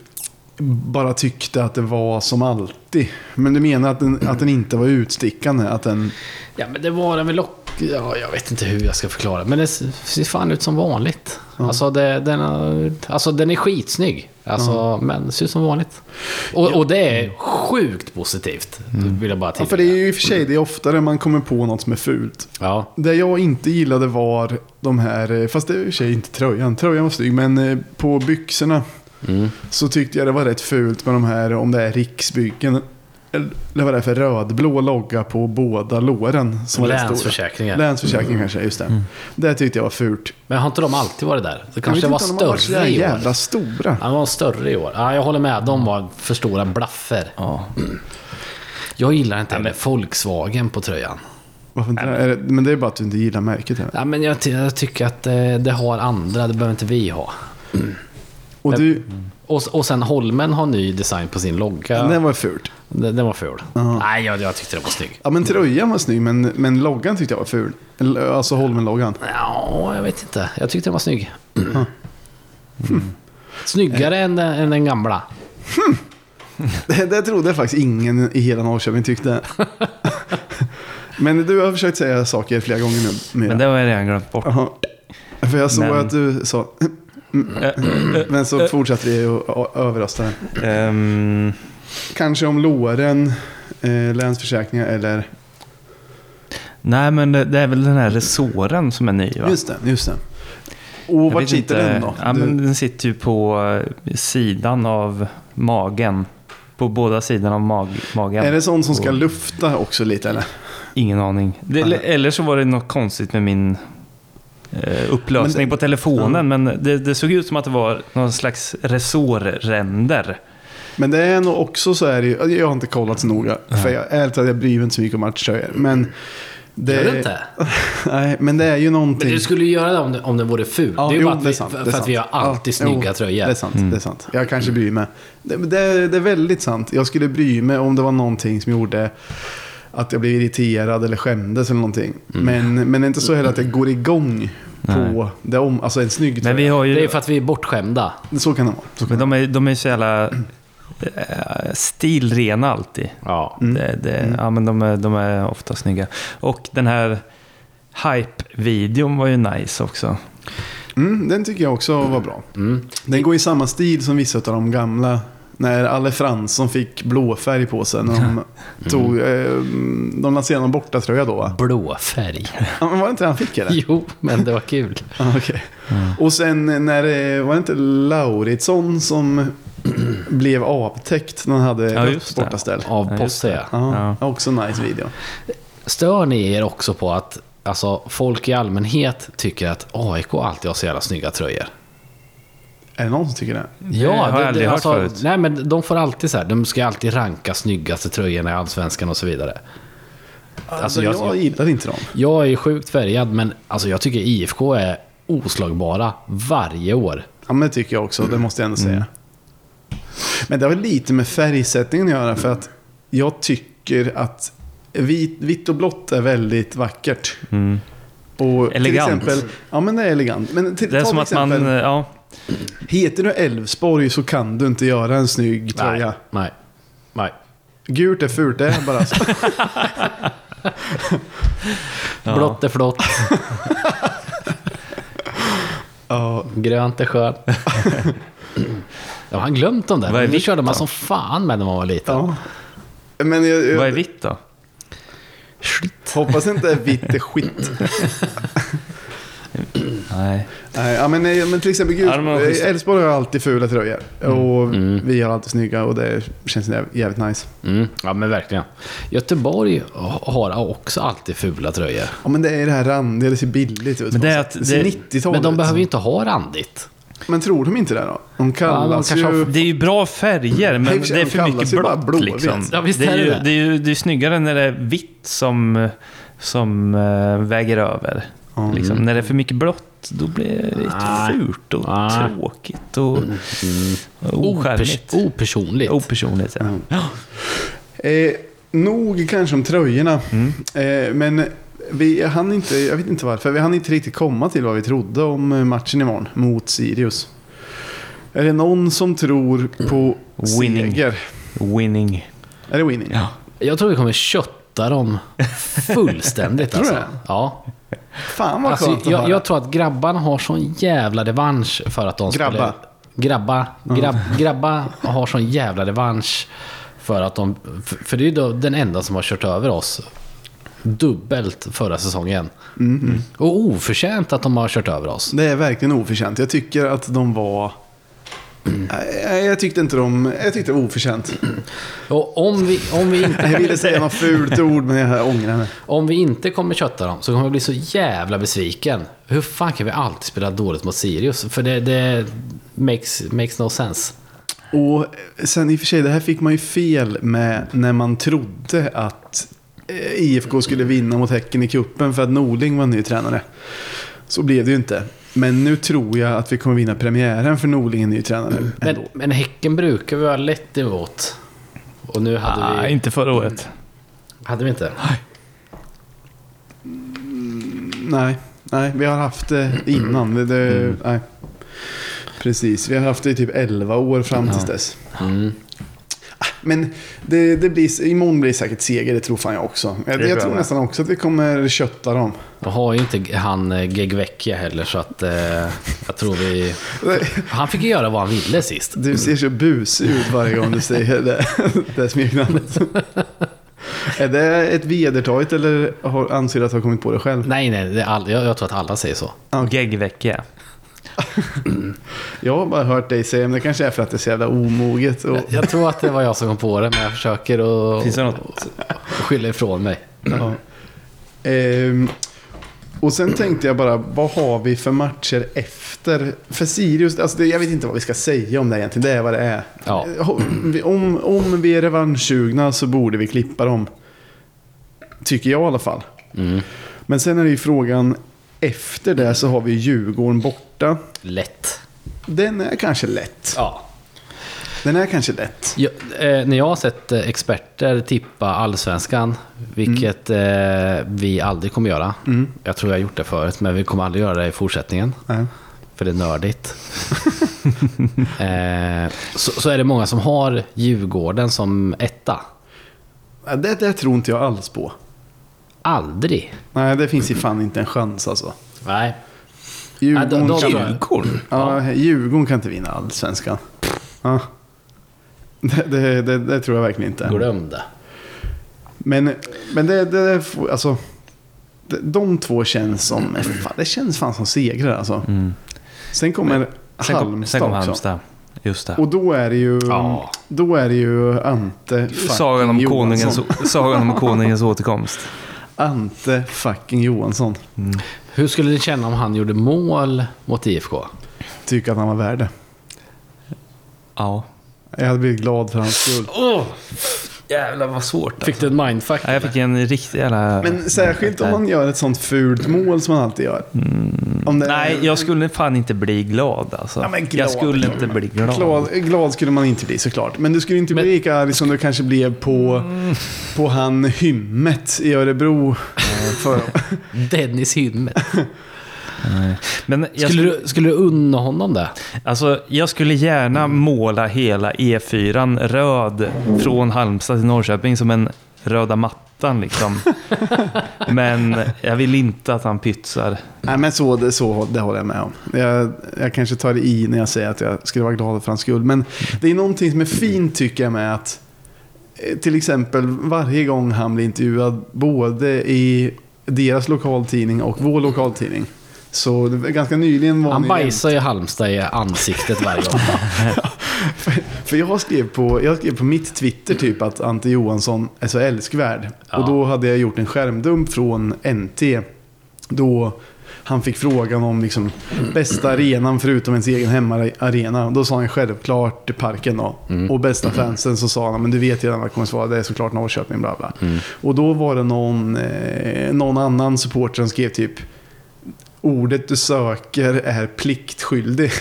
B: bara tyckte att det var som alltid. Men du menar att den, att den inte var utstickande? Att den...
C: Ja, men det var den väl lock... Ja, jag vet inte hur jag ska förklara. Men det ser fan ut som vanligt. Alltså, det, den, har- alltså, den är skitsnygg. Alltså, Men ser ut som vanligt. Och, och det är sjukt positivt, vill jag
B: Mm. Ja,
C: bara tillägga.
B: för det är ju i och för sig det är oftare man kommer på något som är fult.
C: Ja.
B: Det jag inte gillade var de här, eh, fast det är i och för sig inte tröjan, tröjan var snygg, men eh, på byxorna
C: Mm.
B: så tyckte jag det var rätt fult med de här, om det är riksbyggen, eller vad det är för rödblå logga på båda låren. Som var rätt stora.
C: Länsförsäkringar.
B: Länsförsäkring
C: Mm.
B: kanske, just det. Det tyckte jag var fult.
C: Men har inte de alltid varit där? Det
B: Jag vet
C: kanske var
B: inte om de har varit så
C: större i år.
B: jävla stora.
C: Ja, de var större i år. Ja, jag håller med, de var för stora blaffer.
A: Ja.
C: Jag gillar inte heller Volkswagen på tröjan.
B: Varför inte det? Är det- Men det är bara att du inte gillar märket. Här.
C: Ja, men jag, ty- jag tycker att eh, det har andra, det behöver inte vi ha.
B: Och du,
C: Och, och sen Holmen har ny design på sin logga.
B: det var fult.
C: Den, den var ful. Nej, jag, jag tyckte den var snygg.
B: Ja men tröjan var snygg, men, men loggan tyckte jag var ful. L- Alltså Holmen-loggan.
C: Ja, jag vet inte. Jag tyckte den var snygg.
B: Mm.
C: Snyggare
B: Eh.
C: än, den- än den gamla.
B: Det, det trodde jag faktiskt ingen i hela Norrköping tyckte. Men du har försökt säga saker flera gånger nu. Myra.
A: Men det har jag redan glömt bort.
B: Jaha. För jag såg
A: Men-
B: att du sa...
A: Eh,
B: Men så fortsatte vi att ö- överrösta den.
A: Ehm,
B: Kanske om låren, eh, länsförsäkringar eller...
A: nej, men det, det är väl den här resåren som är ny va?
B: Just det, just det. Och
A: Jag
B: vart
A: vet
B: sitter
A: inte.
B: den då?
A: Ja, men Den sitter ju på eh, sidan av magen. På båda sidorna av mag,
B: du,
A: magen.
B: är det sån som ska lufta också lite eller?
A: Ingen aning. Det, eller- eller så var det något konstigt med min eh, upplösning
B: Men det-
A: på telefonen. Men det, det såg ut som att det var någon slags resårränder.
B: Men det är nog också så här, jag har inte kollat så noga. För jag, ärligt talat, jag bryr mig inte så mycket om matchtröjor. Men det,
C: Gör du inte?
B: Nej, men det är ju någonting.
C: Men du skulle ju göra det om, det om den vore ful.
B: Ja,
C: det är ju
B: jo,
C: bara att
B: det är
C: vi,
B: sant,
C: för,
B: det är
C: för att vi har
B: sant.
C: alltid
B: Ja,
C: snygga
B: jo,
C: tröjor. Mm.
B: Det är sant, det är sant. Jag kanske bryr mig. Det, det, är- det är väldigt sant. Jag skulle bry mig om det var någonting som gjorde att jag blev irriterad eller skämdes eller någonting.
C: Mm.
B: Men, men det är inte så heller att jag går igång på det om, alltså en snygg
A: Men vi
B: tröja.
A: har ju...
C: Det är för att vi är bortskämda.
B: Så kan det vara. Så kan
A: Men
B: det
A: de är, de är så jävla eh, stilrena alltid.
C: Ja.
B: Mm.
A: Det, det, Ja, men de, är, de är ofta snygga. Och den här hype-videon var ju nice också.
B: Mm, den tycker jag också var bra. Den går i samma stil som vissa av de gamla. När Alle Fransson fick blå färg på sig när de tog... Eh, de lanserade en bortatröja då va?
C: Blå färg.
B: Ja, men Var det inte det han fick eller?
C: Jo, men det var kul.
B: Ah, Okej. Och sen när det var det inte Lauritsson som blev avtäckt när han hade
A: Ja,
B: rött
A: just det.
B: bortaställ? Ja.
C: Av
A: Ja, just
C: Posse, ja.
B: Också nice video.
C: Stör ni er också på att alltså, folk i allmänhet tycker att AIK alltid har så jävla snygga tröjor?
B: Är det någon som tycker det?
A: Eh, har jag aldrig hört förut.
C: alltså, Nej, men de får alltid så här, de ska alltid ranka snyggaste tröjorna i Allsvenskan och så vidare.
B: Alltså,
C: jag-
B: jag, gillar inte dem.
C: Jag är sjukt färgad, men alltså, jag tycker IFK är oslagbara varje år.
B: Ja, men det tycker jag också. Det måste jag ändå
A: Mm.
B: säga. Men det har väl lite med färgsättningen att göra. För att jag tycker att vit, vitt och blått är väldigt vackert. Och
A: Mm. Elegant.
B: Till exempel, ja, men det är elegant. Men till,
A: Det är
B: ta
A: som
B: till
A: att man... eh,
B: exempel,
A: Ja,
B: Heter du Elfsborg så kan du inte göra en snygg tröja.
C: Nej, nej, nej.
B: Gult är fult, det är bara så.
C: Blått är flott,
B: ja,
C: grönt är skönt. Jag har glömt om det.
A: Vad är
C: Det
A: vitt
C: körde man
A: då?
C: som fan med när man var liten.
B: ja. Men jag,
A: vad är
B: jag
A: vitt då?
B: hoppas inte vitt är skit.
A: Nej.
B: Nej, ja, men, nej, men till exempel gult.
A: Ja, de har schyssta.
B: Elfsborg har alltid fula tröjor. Och vi har alltid snygga och det känns jäv- jävligt nice.
C: Mm, ja men verkligen. Göteborg har också alltid fula tröjor.
B: Ja, men det är det här randiga, det ser billigt ut.
A: Men det är
B: på
A: att-
B: något sätt. det
A: det-
B: ser 90-tal
C: Men de
B: ut.
C: behöver ju inte ha randigt.
B: Men tror de inte det då? De kallas
C: kanske har-
B: ju...
A: Det är ju bra färger, men
B: Hej,
A: det är för
B: kallas
A: mycket
B: ju bara
A: blått.
B: blå,
A: liksom.
B: vet
C: jag. Ja, visst
A: det, är
C: är det
A: ju,
C: det.
A: det är ju det är snyggare när det är vitt som, som eh, väger över. Liksom. När det är för mycket blått, då blir det lite
C: Nej.
A: fult och
C: Nej.
A: tråkigt och
B: Mm.
A: och ocharmigt.
C: Opers- Ah. opersonligt.
A: Opersonligt. Ja.
B: Eh, nog kanske om tröjorna. Eh, men vi hann inte, jag vet inte varför, vi hann inte riktigt komma till vad vi trodde om eh, matchen imorgon mot Sirius. Är det någon som tror på
A: Winning.
B: seger? Mm.
A: Winning.
B: Är det winning?
A: Ja.
C: Jag tror vi kommer kötta dem fullständigt
B: du
C: alltså.
B: det?
C: Ja.
B: Fan vad
C: alltså
B: skönt att
C: jag,
B: höra.
C: jag tror att grabbarna har sån jävla revansch för att de
B: Grabba.
C: skulle... Grabba.
B: Mm.
C: Grabb, grabba har sån jävla revansch för att de... För, för det är ju då den enda som har kört över oss dubbelt förra säsongen. Och oförtjänt att de har kört över oss.
B: Det är verkligen oförtjänt. Jag tycker att de var... Nej, Jag tyckte inte de... Jag tyckte det var oförtjänt.
C: Och om vi, om vi inte
B: Jag ville säga något fult ord, men jag ångrar mig.
C: Om vi inte kommer kötta dem så kommer jag bli så jävla besviken. Hur fan kan vi alltid spela dåligt mot Sirius? För det, det makes, makes no sense.
B: Och sen i och för sig, det här fick man ju fel med när man trodde att eh, IFK skulle vinna mot Häcken i kuppen för att Norling var ny tränare. Så blev det ju inte. Men nu tror jag att vi kommer vinna premiären för Norling är ny tränare.
C: Men, men Häcken brukar vi ha lätt emot. Och nu hade
A: Ah,
C: vi...
A: inte förra året.
C: Hade vi inte?
B: Nej, nej, Mm. vi har haft det innan. Det, det, nej. Precis, vi har haft det i typ 11 år fram tills dess.
C: Mm.
B: Ah, Men det, det blir, imorgon blir det säkert seger, det tror fan jag också. Jag, jag
A: jag
B: tror
A: med.
B: nästan också att vi kommer kötta dem.
C: Då har ju inte han eh, Gegveckia heller så att... Eh, jag tror vi... Han fick ju göra vad han ville sist.
B: Du ser så busig ut varje gång du säger det, det smeknamnet. Är det ett vedertaget eller har, anser du att du har kommit på det själv?
C: Nej, nej, det är all, jag, jag tror att alla säger så.
A: Geggvecka.
B: Jag har bara hört dig säga, men det kanske är för att det är så jävla omoget. Och,
C: Jag tror att det var jag som kom på det, men jag försöker att
A: Finns det något?
C: skylla ifrån mig.
B: ja. Ehm, och sen tänkte jag bara, vad har vi för matcher efter? För Sirius, alltså det, jag vet inte vad vi ska säga om det egentligen, det är vad det är.
C: Ja.
B: Om, om vi är revanschsugna så borde vi klippa dem. Tycker jag i alla fall. Men sen är det ju frågan, efter det så har vi Djurgården borta.
C: Lätt.
B: Den är kanske lätt.
C: Ja.
B: Den är kanske lätt.
C: Ja, eh, när jag har sett eh, experter tippa allsvenskan, vilket eh, vi aldrig kommer göra. Jag tror jag har gjort det förut, men vi kommer aldrig göra det i fortsättningen.
B: Nej.
C: För det är nördigt. eh, så, så är det många som har Djurgården som etta.
B: Ja, Det, det tror inte jag alls på.
C: Aldrig.
B: Nej, det finns ju fan inte en chans alltså.
C: Nej. Ja, de-
B: Djurgården,
C: de-
B: kan,
A: Djurgården?
B: ja, Djurgården kan inte vinna allsvenskan. Ja. Det, det, det, det tror jag verkligen inte.
C: Glöm det.
B: Men, men det, det, det får- alltså. de- De två känns
A: Mm.
B: som, eh, fan, det känns fan som segrar alltså. Sen kommer
A: Sen kom,
B: Halmstad,
A: sen kom
B: också.
A: Halmstad. Just det.
B: Och då är det ju,
C: Ja.
B: då är det ju Ante fucking
A: Sagan om,
B: Johansson.
A: konungens, sagan om konungens återkomst.
B: Ante fucking Johansson.
C: Hur skulle ni känna om han gjorde mål mot IFK?
B: Tycker att han var värd det.
A: Ja.
B: Jag hade blivit glad för hans skull.
A: Oh, jävlar vad svårt.
C: Fick du en mindfuck?
A: Ja, jag fick en riktig jävla...
B: Men särskilt om man gör ett sånt fult mål som man alltid gör. Om det är-
A: Mm. Nej, jag skulle fan inte bli glad alltså.
B: Ja, men glad.
A: Jag skulle inte bli glad.
B: Glad, glad skulle man inte bli såklart. Men du skulle inte bli
C: Men-
B: lika arg som du kanske blev på, på han Hymmet i
C: Mm.
B: Örebro. För,
C: Dennis Hymmet.
A: Men jag
C: Skulle du, skulle du unna honom det?
A: Alltså, jag skulle gärna måla hela E4 röd från Halmstad till Norrköping som en röda mattan liksom. Men jag vill inte att han pytsar.
B: nej men så, det, så det håller jag med om. Jag, jag kanske tar i när jag säger att jag skulle vara glad för hans skull. Men det är någonting som är fint tycker jag med att eh, till exempel varje gång han blir intervjuad både i deras lokaltidning och vår lokaltidning. Så det var ganska nyligen var
C: Han
B: ni-
C: bajsar ju Halmstad i ansiktet varje gång.
B: För jag skrev, på, jag skrev på mitt Twitter typ att Ante Johansson är så älskvärd. Och då hade jag gjort en skärmdump från NT. Då han fick frågan om liksom, bästa arenan förutom ens egen hemmaarena. Då sa han självklart parken då. Och bästa fansen så sa han, men du vet redan vad jag kommer svara, det är såklart Norrköping bla bla. Och då var det någon, eh, någon annan supporter som skrev typ Ordet du söker är pliktskyldig.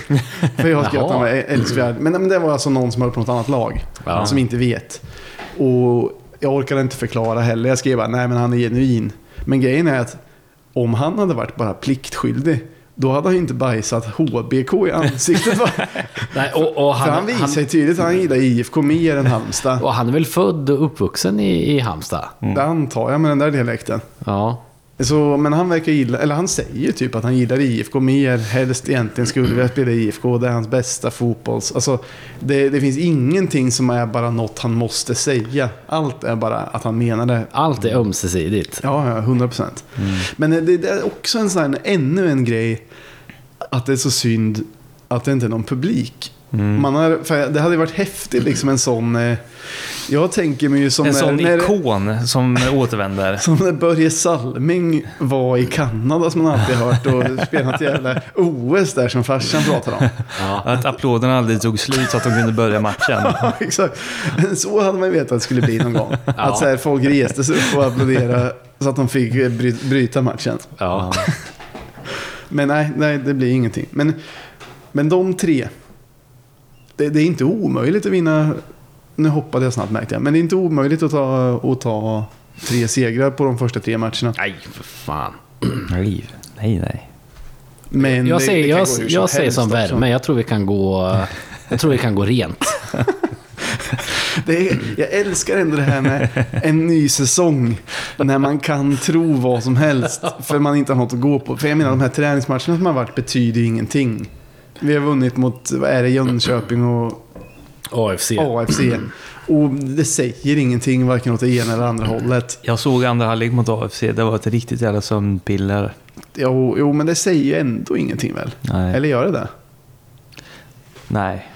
B: För jag skrev att han var älskvärd. Men, men det var alltså någon som höll på något annat lag.
C: Ja.
B: Som inte vet. Och jag orkade inte förklara heller. Jag skrev bara, nej men han är genuin. Men grejen är att om han hade varit bara pliktskyldig. Då hade han ju inte bajsat HBK i ansiktet. va?
C: Nej, och, och
B: För han
C: han,
B: visar ju tydligt att han gillar IFK mer än Halmstad.
C: och han är väl född och uppvuxen i, i Halmstad?
B: Det antar jag med den där dialekten.
C: Ja.
B: Så, men han verkar gilla, eller han säger ju typ att han gillar IFK mer. Helst egentligen skulle vilja spela i IFK. Det är hans bästa fotbolls... Alltså, det, det finns ingenting som är bara något han måste säga. Allt är bara att han menar det.
C: Allt är ömsesidigt.
B: Ja, ja, 100 procent.
A: Mm.
B: Men det, det är också en sån, här- ännu en grej. Att det är så synd att det inte är någon publik.
A: Mm.
B: Man har, för det hade ju varit häftigt liksom en sån... eh, Jag tänker mig ju som...
A: En
B: när-
A: sån
B: när-
A: ikon som återvänder.
B: som när Börje Salming var i Kanada som man alltid hört och spelade ett jävla OS där som farsan pratade om.
A: Att applåderna aldrig tog slut så att de kunde börja matchen.
B: Ja, Exakt. Men så hade man ju vetat att det skulle bli någon gång. Att så här, folk reste sig upp och applåderade så att de fick eh, bry- bryta matchen.
C: Ja.
B: Men nej, nej det blir ingenting. Men, men de tre. Det, det är inte omöjligt att vinna. Nu hoppade jag snabbt märkte jag. Men det är inte omöjligt att ta, att ta tre segrar på de första tre matcherna.
C: Nej, för fan.
A: Nej, nej.
B: Men
C: Jag
B: det-
C: säger,
B: det kan
C: jag,
B: gå hur
C: jag säger
B: helst
C: som
B: också.
C: värme. Jag tror vi kan gå... Jag tror vi kan gå rent.
B: Det är, jag älskar ändå det här med en ny säsong. När man kan tro vad som helst. För man inte har något att gå på. För jag menar de här träningsmatcherna som har varit betyder ju ingenting. Vi har vunnit mot, vad är det, Jönköping och
C: AFC.
B: AFC. Och det säger ingenting varken åt det ena eller andra hållet.
A: Jag såg andra halvlek mot AFC. Det var ett riktigt jävla sömnpiller.
B: Jo, jo men det säger ju ändå ingenting väl?
A: Nej.
B: Eller gör det det?
A: Nej,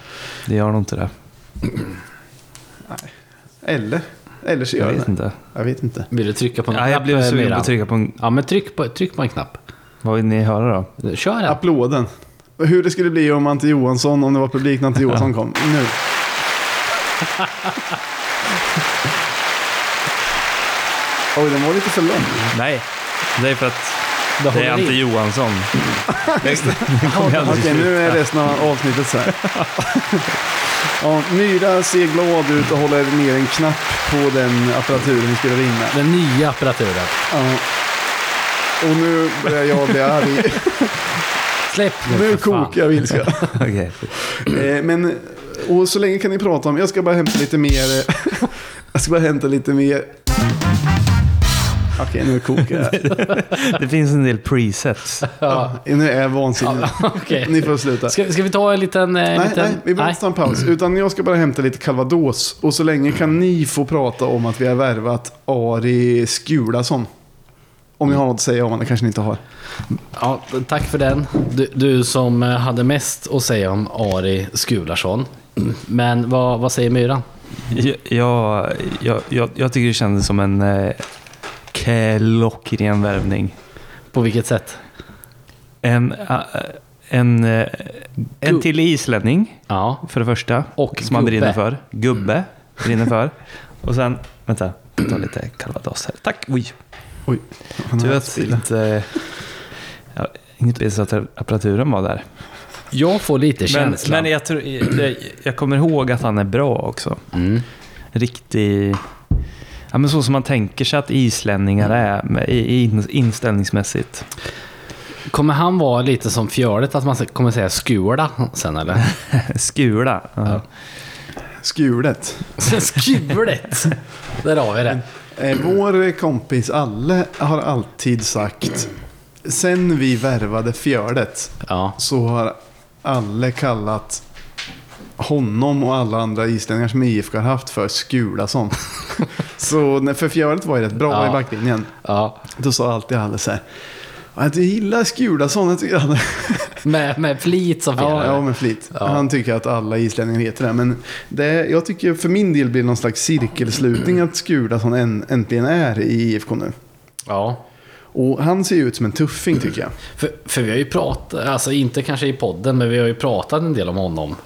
A: det gör nog inte det.
B: Eller? Eller så
A: Jag
B: gör det
A: vet
B: det
A: inte.
B: Jag vet inte.
C: Vill du trycka på en
A: Ja, jag blev
C: eh,
A: sugen på
C: Miran?
A: att trycka på en...
C: Ja, men tryck på, tryck på en knapp.
A: Vad vill ni höra då?
C: Kör den.
B: Applåden. Och Hur det skulle bli om Ante Johansson, om det var publik när Ante Johansson kom. Nu. Oj, den var lite för lång.
A: Nej, det är för att
C: Det
A: det är
C: håller
A: Ante
C: i.
A: Johansson.
B: Okej, nu är resten av avsnittet så här. Ja, Myra ser glad ut och håller ner en knapp på den apparaturen vi spelar in med.
C: Den nya apparaturen.
B: Ja. Och nu börjar jag bli arg.
C: Släpp nu
B: Nu
C: för fan.
B: kokar jag vilska.
A: Okej.
B: Eh, Men, och så länge kan ni prata om, jag ska bara hämta lite mer. eh, Jag ska bara hämta lite mer. Okej, nu kokar jag.
A: Det finns en del presets.
B: Ja, Nu är jag vansinnig.
C: Okej.
B: Ni får sluta.
C: Ska, ska vi ta en liten... eh,
B: Nej,
C: liten...
B: nej, vi behöver inte ta en paus. Utan jag ska bara hämta lite calvados. Och så länge kan ni få prata om att vi har värvat Ari Skulason. Om ni har något att säga om honom, det kanske ni inte har.
C: Ja, tack för den. Du, du som eh, hade mest att säga om Ari Skularsson. Men vad, vad säger Myran?
A: Jag, jag, jag, jag tycker det kändes som en eh, klockren värvning.
C: På vilket sätt?
A: En, eh, en, eh, en till islänning,
C: Ja,
A: för det första.
C: Och
A: som han
C: gubbe.
A: brinner
C: Mm.
A: för. Gubbe brinner för. Och sen, vänta, jag tar lite calvados här. Tack! Oj!
B: Oj.
A: Tur att inte... Ja, inget visst att apparaturen var där.
C: jag får lite
A: Men,
C: känslan.
A: men jag, tror, jag, jag kommer ihåg att han är bra också.
C: Mm.
A: Riktig... Ja, men så som man tänker sig att islänningar
C: Mm.
A: är med, i, in, inställningsmässigt.
C: Kommer han vara lite som fjördet, att man s- kommer säga skula sen eller?
A: Skula. Ja.
B: Skulet.
C: Skulet! Där har vi det.
B: Eh, Vår kompis Alle har alltid sagt, sen vi värvade fjördet
C: Ja.
B: så har Alle kallat honom och alla andra islänningar som IFK har haft för Skulason. så när- för fjördet var ju rätt bra
C: Ja.
B: i backlinjen.
C: ja.
B: Då sa alltid Alle så här. Jag gillar Skulason, jag tycker han
C: Med, med flit som
B: Ja,
C: fjärde.
B: ja, med flit.
C: Ja.
B: Han tycker att alla islänningar heter det. Men det, jag tycker för min del blir det någon slags cirkelslutning att Skulason än, äntligen är i IFK nu.
C: ja.
B: Och han ser ju ut som en tuffing tycker jag.
C: För, för vi har ju pratat, alltså inte kanske i podden, men vi har ju pratat en del om honom.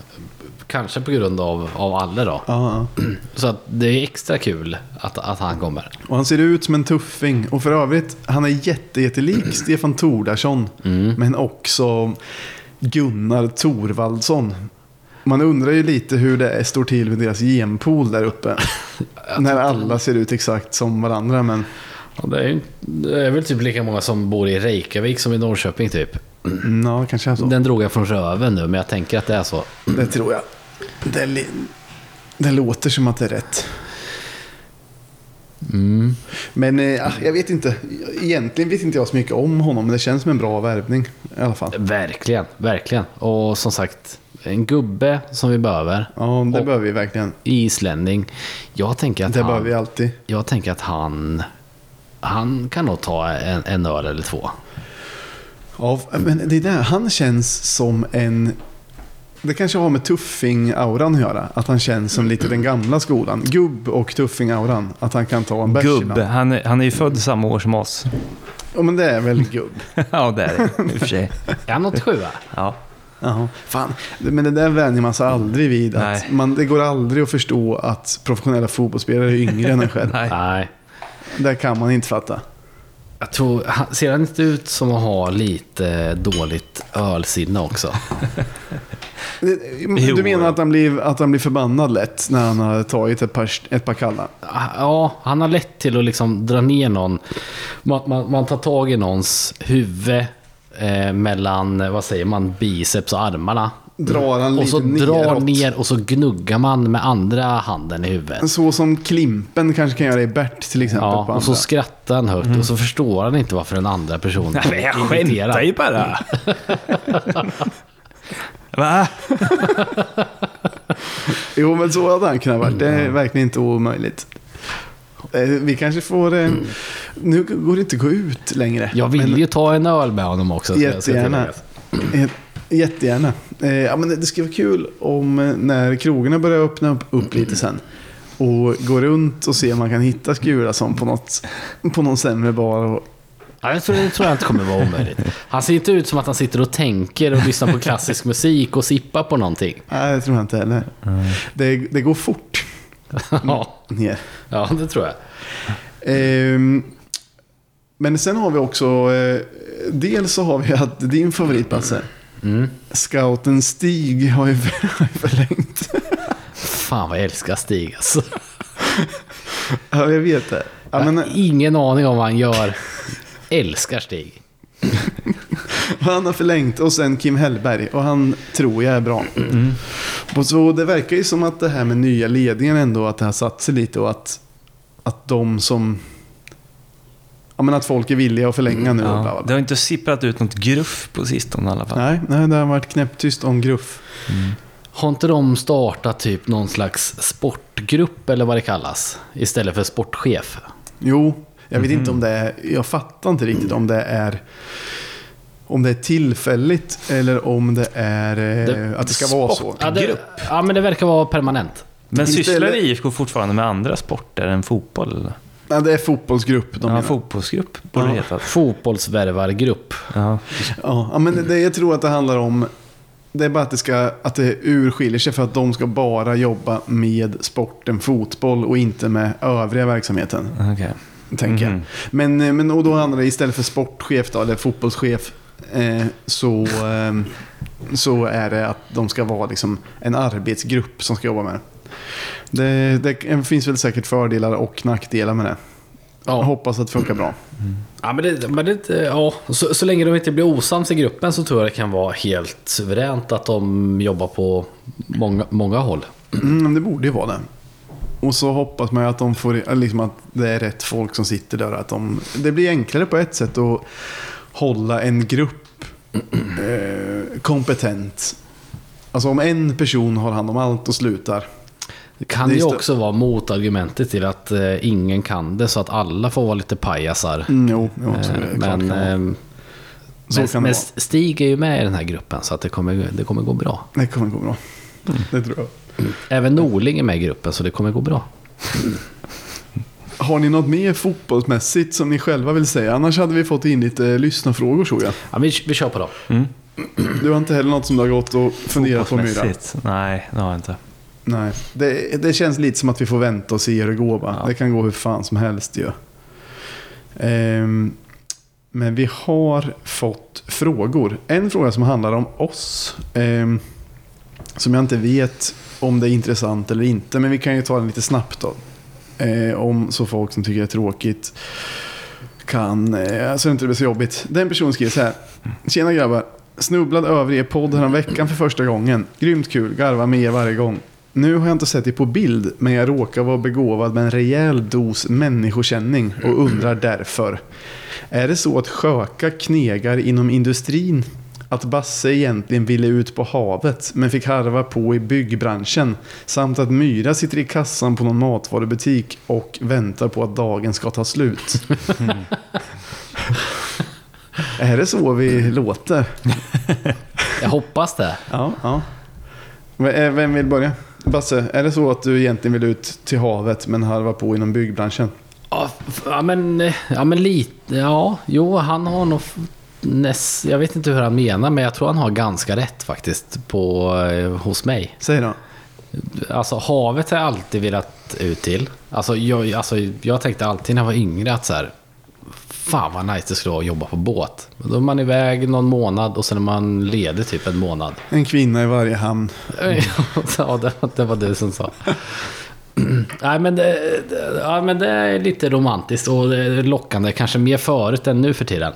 C: Kanske på grund av, av alla då.
B: Ja, ja.
C: Så att det är extra kul att, att han kommer.
B: Och han ser ut som en tuffing. Och för övrigt, han är jätte, jättelik Stefan Tordarsson. Men också Gunnar Torvaldsson. Man undrar ju lite hur det är- står till med deras genpool där uppe. När alla ser ut exakt som varandra. Men
C: Och Det är, ju- det är väl typ lika många som bor i Reykjavik som i Norrköping typ.
B: ja, kanske är så.
C: Den drog jag från röven nu, men jag tänker att det är så.
B: Det tror jag. Det, li- det låter som att det är rätt. Men eh, ah, jag vet inte. Egentligen vet inte jag så mycket om honom, men det känns som en bra värvning i alla fall.
C: Verkligen, verkligen. Och som sagt, en gubbe som vi behöver.
B: Ja, det
C: Och-
B: behöver vi verkligen.
C: Islänning. Jag tänker att
B: Det
C: han...
B: behöver vi alltid.
C: Jag tänker att han... Han kan nog ta en, en öl eller två.
B: Ja, men det är där. Han känns som en... Det kanske har med tuffing-auran att göra. Att han känns som lite den gamla skolan. Gubb och tuffing-auran. Att han kan ta en bärs
A: Gubb.
B: ibland.
A: Han, är- han är ju född samma år som oss.
B: Ja, men det är väl gubb.
A: ja, det är det. I och för sig.
C: Är han något sjua?
A: Ja.
B: Ja, fan. Men det där vänjer man sig aldrig vid. Att
A: Nej.
B: man, det går aldrig att förstå att professionella fotbollsspelare är yngre än en själv.
A: Nej.
C: Nej.
B: Det kan man inte fatta.
C: Jag tror, han- ser han inte ut som att ha lite dåligt ölsinne också?
B: Du
A: Jo.
B: menar att han, blir, att han blir förbannad lätt när han har tagit ett par, ett par kalla?
C: Ja, han har lätt till att liksom dra ner någon. Man, man, man tar tag i någons huvud eh, mellan, vad säger man, biceps och armarna.
B: Drar han
C: Och så
B: lite
C: drar
B: neråt.
C: ner och så gnuggar man med andra handen i huvudet.
B: Så som Klimpen kanske kan göra i Bert till exempel.
C: Ja,
B: på
C: och så
B: andra.
C: skrattar han högt och så förstår han inte varför den andra personen
A: Mm. Nej, men jag
C: är irriterad.
A: skämtar ju bara. Va?
B: Jo, men så hade han kunnat vara. Det
C: Mm.
B: är verkligen inte omöjligt. Eh, Vi kanske får... eh, Nu går det inte att gå ut längre.
C: Mm. Jag
B: men-
C: vill ju ta en öl med honom också. ska jag säga till
B: Jättegärna.
C: dig.
B: Eh, Jättegärna. Eh, ja, men det- det ska vara kul om eh, när krogarna börjar öppna upp, upp lite sen. Och gå runt och se om man kan hitta Skurason på, något, på någon sämre bar. Och,
C: Ja, jag tror, det tror jag inte kommer vara omöjligt. Han ser inte ut som att han sitter och tänker och lyssnar på klassisk musik och sippar på någonting.
B: nej, det tror jag inte heller.
C: Mm.
B: Det, det går fort Mm.
C: Ja,
B: ner.
C: ja det tror jag.
B: Ehm, men sen har vi också... Eh, dels så har vi att din favorit, Basse. Mm. Scouten Stig har ju har ju förlängt.
C: Fan vad jag älskar Stig alltså.
B: Ja, jag vet det. Ja, men,
C: Ingen aning om vad han gör. Älskar Stig.
B: Han har förlängt och sen Kim Hellberg och han tror jag är bra. Och så det verkar ju som att det här med nya ledningen ändå att det har satt sig lite och att, att de som... Ja men att folk är villiga att förlänga nu. och bla,
A: Ja,
B: bla,
A: det
B: bla.
A: har inte sipprat ut något gruff på sistone i alla fall.
B: Nej, nej, det har varit knäpptyst om gruff.
C: Har inte de startat typ någon slags sportgrupp eller vad det kallas? Istället för sportchef.
B: Eh, Jo, jag vet inte om det är... Jag fattar inte riktigt om det är... Om det är tillfälligt eller om det är eh,
C: Det-
B: att det ska vara så.
C: Ja, det, ja, men det verkar vara permanent.
A: Men
B: Inte
A: sysslar
B: eller-
A: IFK fortfarande med andra sporter än fotboll? Eller?
B: Nej, det är fotbollsgrupp de
A: De har
B: menar.
A: en fotbollsgrupp, borde det heta.
C: Fotbollsvärvargrupp.
A: Ja.
B: Ja, ja, men det, jag tror att det handlar om... Det är bara att det, ska, att det urskiljer sig för att de ska bara jobba med sporten fotboll och inte med övriga verksamheten.
A: Okej.
B: Tänker jag.
A: Mhm.
B: Men, eh, men och då handlar det istället för sportchef då, eller fotbollschef eh, så, eh, så är det att de ska vara liksom en arbetsgrupp som ska jobba med det. Det, det finns väl säkert fördelar och nackdelar med det. Jag
C: Ja,
B: hoppas att det funkar bra.
C: ja, men det, men det, ja. Så, så länge de inte blir osams i gruppen så tror jag det kan vara helt suveränt att de jobbar på många, många håll.
B: Mm, men det borde ju vara det. Och så hoppas man ju att, de får, liksom att det är rätt folk som sitter där. Att de, det blir enklare på ett sätt att hålla en grupp eh, kompetent. Alltså om en person har hand om allt och slutar.
C: Det kan
B: Det är
C: ju
B: stö-
C: också vara motargumentet till att eh, ingen kan det så att alla får vara lite pajasar.
B: Mm, jo, jo så,
C: Eh,
B: är det, klart kan
C: men
B: vara. så
C: eh, men,
B: kan det
C: men
B: vara.
C: Stig är ju med i den här gruppen så att det kommer, det kommer gå bra.
B: Det kommer gå bra.
C: Mm.
B: Det tror jag.
C: Även Norling är med i gruppen så det kommer gå bra.
B: Har ni något mer fotbollsmässigt som ni själva vill säga? Annars hade vi fått in lite lyssnarfrågor tror jag.
C: Ja, vi, vi kör på dem.
B: Du har inte heller något som du har gått och funderat på Myra?
A: Fotbollsmässigt? Nej, det har jag inte.
B: Nej, det, det känns lite som att vi får vänta och se hur det går. Va?
A: Ja.
B: Det kan gå hur fan som helst ju. Ehm, men vi har fått frågor. En fråga som handlar om oss. ehm, som jag inte vet om det är intressant eller inte. Men vi kan ju ta den lite snabbt då. Ehm, om så folk som tycker det är tråkigt kan... Eh, så det inte blir så jobbigt. Den personen skriver så här. Tjena grabbar. Snubblad över er podd här om veckan för första gången. Grymt kul, garva med er varje gång. Nu har jag inte sett er på bild, men jag råkar vara begåvad med en rejäl dos människokänning och undrar därför. Är det så att sköka knegar inom industrin? Att Basse egentligen ville ut på havet, men fick harva på i byggbranschen? Samt att Myra sitter i kassan på någon matvarubutik och väntar på att dagen ska ta slut? Är det så vi låter?
C: Jag hoppas det.
B: Ja. ja. V- eh, Vem vill börja? Basse, är det så att du egentligen vill ut till havet men harvar på inom byggbranschen?
C: Ja, f- ja, men, eh, ja, men lite. Ja, jo, han har nog... f- Näs, jag vet inte hur han menar, men jag tror han har ganska rätt faktiskt på, eh, hos mig.
B: Säg då.
C: Alltså havet har jag alltid velat ut till. Alltså jag, alltså, jag tänkte alltid när jag var yngre att så här, fan vad nice det skulle vara att jobba på båt. Då är man iväg någon månad och sen är man ledig typ en månad.
B: En kvinna i varje hamn.
C: ja, det, var- det var du som sa. Nej, men det, det- ja, men det är lite romantiskt och det är lockande. Kanske mer förut än nu för tiden.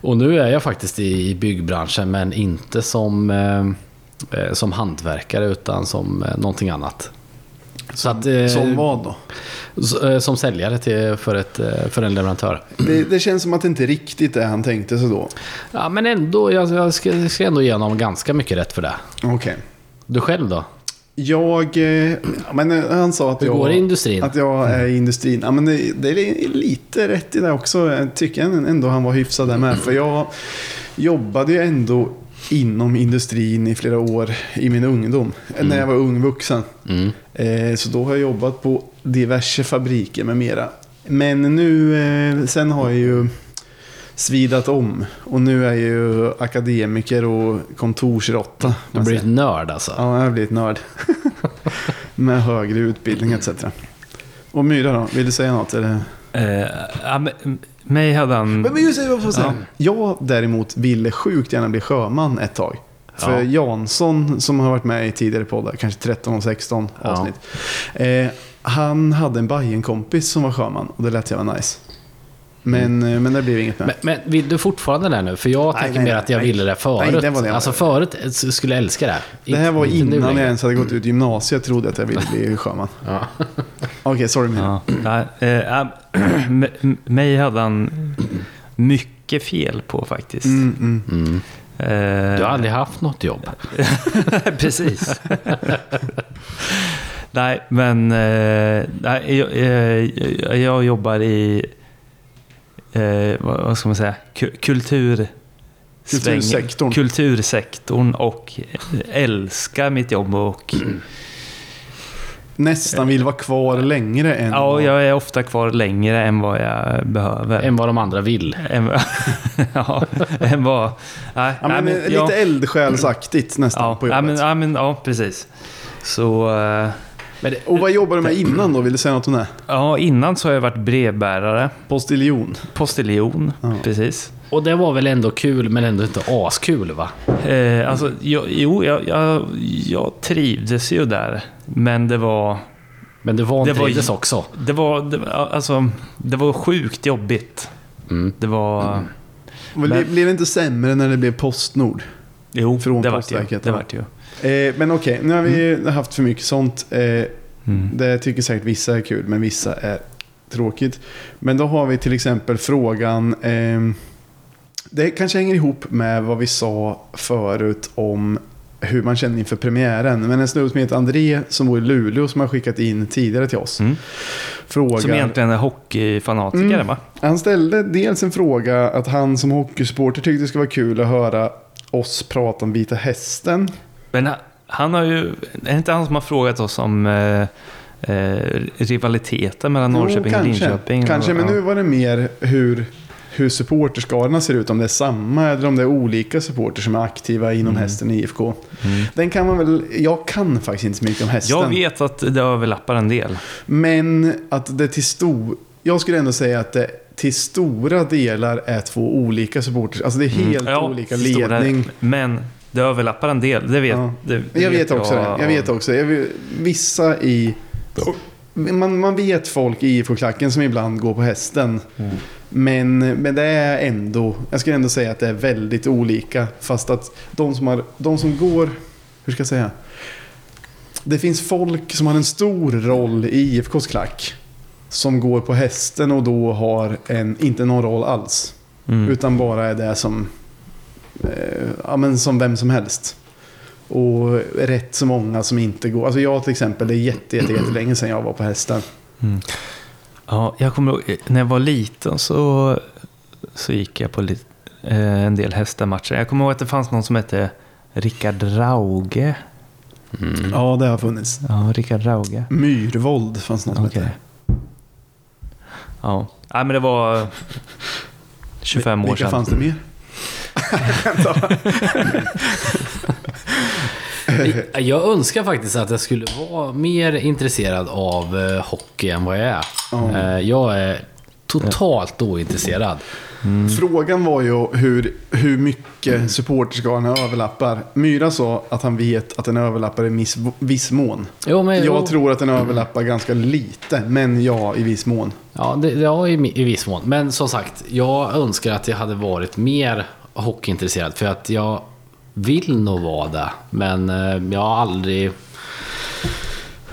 C: Och nu är jag faktiskt i i byggbranschen, men inte som, eh, eh, som hantverkare utan som eh, någonting annat. Så att, eh,
B: Som vad då?
C: s- eh, som säljare till, för, ett, eh, för en leverantör.
B: Det, det känns som att det inte riktigt är han tänkte sig då.
C: Ja, men ändå, jag, jag ska, ska ändå ge honom ganska mycket rätt för det.
B: Okej.
C: Du själv då?
B: Jag... eh, Men eh, han sa att
C: Hur
B: jag...
C: går det i industrin?
B: Att jag är i industrin. Ja, men det, det är lite rätt i det också. Jag tycker ändå han var hyfsad där med. För jag jobbade ju ändå inom industrin i flera år i min ungdom. eh,
C: Mm.
B: När jag var ung vuxen. Eh, Så då har jag jobbat på diverse fabriker med mera. Men nu, eh, sen har jag ju svidat om. Och nu är jag ju akademiker och kontorsråtta. kan
C: Du
B: man
C: blir
B: säga.
C: ett nörd alltså.
B: Ja, jag har blivit nörd. Med högre utbildning etc. Och Myra då? Vill du säga något? Eller?
A: Eh, ja, men, m- mig hade han...
B: Men, men just det, jag får säga. Jag däremot ville sjukt gärna bli sjöman ett tag. För Jansson, som har varit med i tidigare poddar, kanske 13 och 16
C: Ja.
B: avsnitt. Eh, han hade en Bajenkompis som var sjöman och det lät jävla nice. Men, eh, men det blev inget med.
C: Mm. Men, men vill du fortfarande det här nu? För jag
B: Nej,
C: tänker
B: nej,
C: mer att jag
B: nej.
C: ville det förut.
B: Nej, det var det jag
C: alltså förut så skulle jag älska det. här.
B: Det här
C: Inte-
B: var
C: inte nu
B: innan jag
C: längre.
B: ens hade gått ut gymnasiet trodde jag att jag ville bli sjöman.
C: Ja.
B: Okej, sorry Mira.
A: Ja, nej, eh, äh, m- m- mig hade han mycket fel på faktiskt.
B: Mm, mm.
A: Eh,
C: Du har aldrig haft något jobb.
A: Precis. nej, men eh, nej, jag, eh, jag jobbar i, eh, vad vad ska man säga, ku- kultur... sväng-
B: Kultursektorn.
A: kultursektorn och älskar mitt jobb och
B: Mm. Nästan vill vara kvar längre än...
A: ja, jag är ofta kvar längre än vad jag behöver.
C: Än vad de andra vill.
A: Än, ja, än vad... Nej,
B: ja,
A: nej,
B: men,
A: men
B: lite
A: jag-
B: eldsjälsaktigt nästan
A: ja,
B: på
A: ja,
B: jobbet.
A: men, ja, men, ja, precis. Så... eh,
B: Och vad jobbar du med innan då? Vill du säga något om det?
A: Ja, innan så har jag varit brevbärare.
B: Postiljon.
A: Postiljon,
B: Ja.
A: precis.
C: Och det var väl ändå kul, men ändå inte askul va?
A: Eh, alltså, jag, jo, jag, jag, jag trivdes ju där. Men det var...
C: Men du
A: Det var ju-
C: vantrivdes också.
A: Det var, det, var- alltså, det var sjukt jobbigt.
C: Mm.
A: Det var...
B: Men...
A: Men-
B: det Blev det inte sämre när det blev Postnord?
A: Jo,
B: Från
A: det vart ju.
B: Postverket,
A: Det
B: ja.
A: vart ju.
B: Eh, men okej, nu har vi
A: Mm.
B: haft för mycket sånt. Eh, Det tycker säkert vissa är kul, men vissa är tråkigt. Men då har vi till exempel frågan... ehm, det kanske hänger ihop med vad vi sa förut om hur man känner inför premiären. Men en snubbe som heter André, som bor i Luleå, som har skickat in tidigare till oss.
A: Mm.
B: Frågar...
A: Som egentligen är hockeyfanatiker,
B: Mm.
A: va?
B: Han ställde dels en fråga att han som hockeysupporter tyckte det skulle vara kul att höra oss prata om Vita Hästen.
A: Men han- han har ju... Är det inte han som har frågat oss om eh, eh, rivaliteten mellan Norrköping
B: Jo,
A: och
B: kanske.
A: Linköping?
B: Kanske,
A: och,
B: men
A: ja.
B: nu var det mer hur, hur supporterskarorna ser ut. Om det är samma eller om det är olika supporter som är aktiva inom
A: Mm.
B: hästen i IFK. Den kan man väl, jag kan faktiskt inte så mycket om hästen.
A: Jag vet att det överlappar en del.
B: Men att det till stor... Jag skulle ändå säga att det till stora delar är två olika supporters. Alltså det är helt olika
A: Mm. stora-
B: ledning.
A: Men det överlappar en del, det vet,
B: Ja.
A: det,
B: Men jag vet också det. Jag vet också. Jag vet, vissa i... Man, man vet folk i IFK-klacken som ibland går på hästen. Men, men det är ändå... Jag skulle ändå säga att det är väldigt olika. Fast att de som, har, de som går... Hur ska jag säga? Det finns folk som har en stor roll i IFKs klack. Som går på hästen och då har en, inte någon roll alls.
A: Mm.
B: Utan bara är det som, eh, ja, men som vem som helst. Och rätt så många som inte går. Alltså jag till exempel, det är jätte, jätte, jättelänge sedan jag var på hästen.
A: Ja, jag kommer ihåg, eh, när jag var liten så, så gick jag på lite, eh, en del hästamatcher. Jag kommer ihåg att det fanns någon som hette Rickard Rauge. Mm.
B: Ja, det har funnits.
A: Ja, Rickard Rauge.
B: Myrvold fanns något som
A: Okej.
B: hette.
A: Ja, Nej, men det var 25 år
B: Vilka
A: sedan.
B: fanns det mer?
C: Jag önskar faktiskt att jag skulle vara mer intresserad av eh, hockey än vad jag är.
B: Ja.
C: Eh, Jag är totalt ointresserad.
A: Mm.
B: Frågan var ju hur, hur mycket supporterskarorna överlappar. Myra sa att han vet att den överlappar i viss, viss mån.
C: Jo, men,
B: Jag tror att den överlappar ganska lite, men ja, i viss mån.
C: Ja, det, ja i, mi- i viss mån. Men som sagt, jag önskar att jag hade varit mer hockeyintresserad. För att jag vill nog vara det. Men eh, jag har aldrig,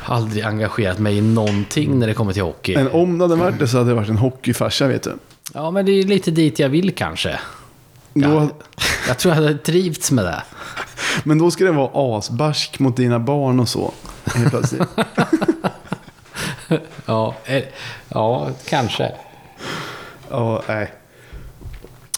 C: aldrig engagerat mig i någonting när det kommer till hockey.
B: Men om det hade varit det så hade det varit en hockeyfarsa, vet du.
C: Ja, men det är lite dit jag vill kanske.
B: Då,
C: Jag tror jag hade trivts med det.
B: Men då ska det vara asbarsk mot dina barn och så. Helt plötsligt.
C: Ja, eh, ja kanske.
B: ja, nej.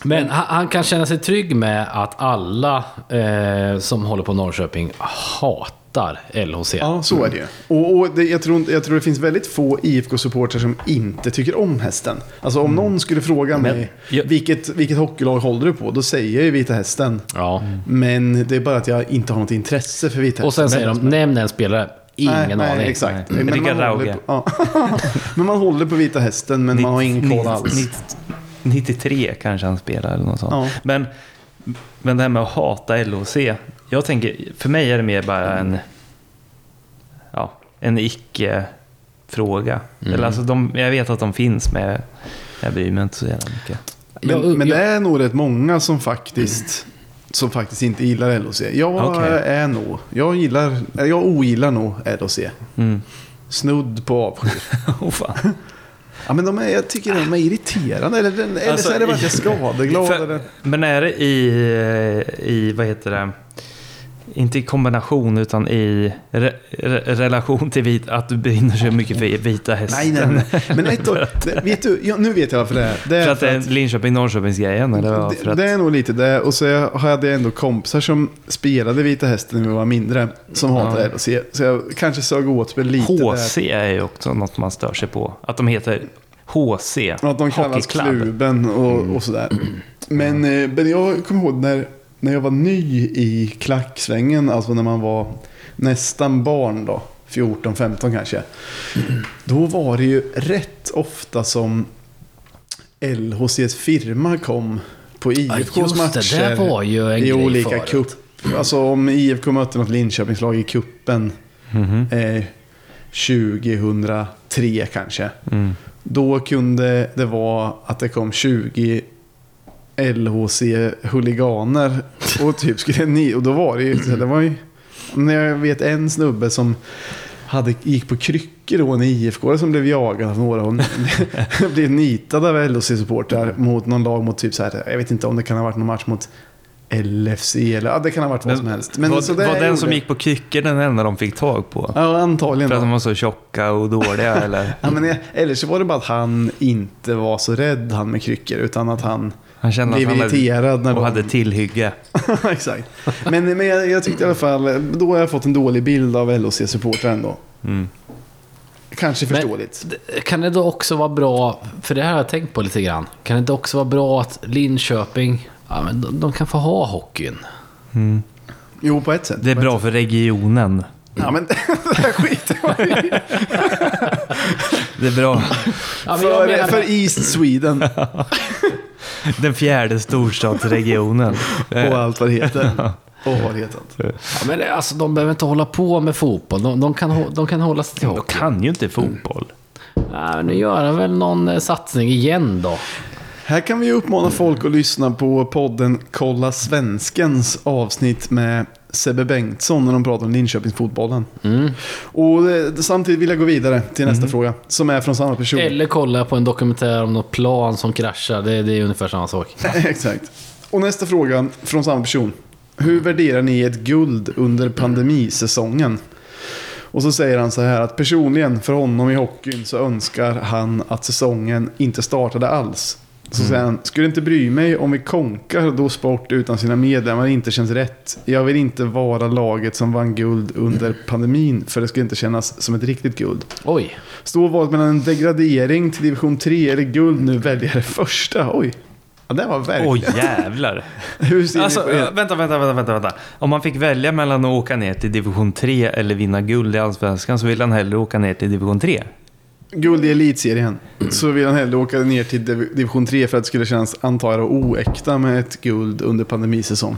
C: Men han, han kan känna sig trygg med att alla eh, som håller på Norrköping hatar LHC.
B: Ja, så är det ju. Och, och det, jag, tror, inte- jag tror det finns väldigt få IFK-supportrar som inte tycker om hästen. Alltså om någon skulle fråga mig
A: jag-
B: vilket, vilket hockeylag håller du på? Då säger jag ju Vita Hästen.
C: Ja.
B: Men det är bara att jag inte har något intresse för Vita
C: Och sen säger de, nämn en spelare.
B: Nej,
C: Ingen
B: nej,
C: aning.
B: Exakt.
A: Nej.
B: Men,
A: Rickard
B: man håller
A: Rauge.
B: på, ja. men man håller på Vita Hästen, men man har ingen koll alls.
A: 93 kanske han spelar eller något sånt.
B: Ja.
A: Men, men det här med att hata LOC. Jag tänker, för mig är det mer bara en, ja,
B: Mm.
A: en icke-fråga. Eller alltså de, jag vet att de finns med Jag bryr mig inte så jävla mycket.
B: Men,
C: Jag-
B: men
C: jag-
B: det är nog rätt många som faktiskt, som faktiskt inte gillar LOC. Jag
A: Okej.
B: är nog, jag gillar, eller jag ogillar nog LOC.
A: Mm.
B: Snudd på avsky.
A: Åh fan.
B: Ja, men de är, jag tycker de är irriterande. Eller, den, eller
A: Alltså,
B: så är det bara att jag är skadeglad.
A: För,
B: eller,
A: men är det i, i, vad heter det, inte i kombination utan i re, re, relation till vit, att du brinner så mycket för vita hästen?
B: nej, nej, nej. Men ett år, det- vet du, ja, nu vet jag varför det är. Det är
A: För att det är Linköping-Norrköpings-grejen? Eller vad? För
B: Det,
A: att,
B: det är nog lite det. Och så jag- hade jag ändå kompisar som spelade Vita Hästen när vi var mindre. Som hatade LOC. Så jag kanske sög åt mig lite
A: HC är ju också något man stör sig på. Att de heter HC.
B: där. Att de kallas Kluben och,
C: Mm.
B: och sådär. Men, eh, men jag kommer ihåg när, när jag var ny i klacksvängen. Alltså när man var nästan barn då. 14-15 kanske. Då var det ju rätt ofta som LHCs firma kom på IFKs
C: just det.
B: matcher.
C: Det var ju en
B: I
C: grej
B: olika
C: förut.
B: cup. Alltså om IFK mötte något Linköpingslag i kuppen eh, 2003 kanske. Då kunde det vara att det kom 20 LHC-huliganer och typ skulle ni... Och då var det ju... Det var ju men jag vet en snubbe som hade, gick på kryckor då, en IFK som blev jagad av några. Hon blev nitad av LHC-supportrar mot någon lag mot typ så här, jag vet inte om det kan ha varit någon match mot LFC eller, ja det kan ha varit vad som helst. Men
A: var,
B: så det
A: var den
B: gjorde-
A: som gick på kryckor den enda de fick tag på?
B: Ja, antagligen.
A: För att de
B: Då.
A: var så tjocka och dåliga eller?
B: Ja, men, jag- eller så var det bara att han inte var så rädd han med kryckor, utan att han...
A: Han kände att
B: Blev
A: han
B: irriterad när
A: och
B: de-
A: hade tillhygge.
B: Exakt. Men, men jag, jag tyckte i alla fall, då har jag fått en dålig bild av LHC-supportrar ändå.
A: Mm.
B: Kanske
C: Men-
B: förståeligt.
C: D- Kan det då också vara bra, för det här har jag tänkt på lite grann. Kan det då också vara bra att Linköping, ja, men de, de kan få ha hockeyn.
B: Jo, på ett sätt.
A: Det är
B: På ett
A: bra för regionen.
B: Ja, men det här skiter man i.
A: Det är bra.
C: Ja, men jag
B: för,
C: menar-
B: för East Sweden
A: Den fjärde storstadsregionen.
B: och allt vad det heter. Och vad det hetat.
C: ja, men det- alltså, de behöver inte hålla på med fotboll. De, de, kan, hå- de kan hålla sig till
A: De
C: hockey.
A: kan ju inte fotboll.
C: Ja, men nu gör de väl någon eh, satsning igen då.
B: Här kan vi ju uppmana folk att lyssna på podden Kolla Svenskens avsnitt med Sebbe Bengtsson när de pratar om Linköpingsfotbollen. Och eh, samtidigt vill jag gå vidare till nästa fråga som är från samma person.
C: Eller kolla på en dokumentär om något plan som kraschar. Det, det är ungefär samma sak.
B: Exakt. Och nästa fråga från samma person. Hur värderar ni ett guld under pandemisäsongen? Och så säger han så här att personligen för honom i hockeyn så önskar han att säsongen inte startade alls. Så säger han, skulle inte bry mig om vi konkar då sport utan sina medlemmar inte känns rätt. Jag vill inte vara laget som vann guld under pandemin för det skulle inte kännas som ett riktigt guld.
C: Oj.
B: Står valet mellan en degradering till division 3 eller guld nu väljer jag det första. Oj. Ja, det var Mm. verkligen...
A: Åh jävlar.
B: Hur ser
A: Alltså,
B: ni på
A: vänta,
B: det?
A: vänta, vänta, vänta, vänta. Om man fick välja mellan att åka ner till division 3 eller vinna guld i Allsvenskan så vill han hellre åka ner till division 3.
B: Guld i elitserien. Så vill han hellre åka ner till div- division 3 för att det skulle kännas, antar jag, oäkta med ett guld under pandemisäsong.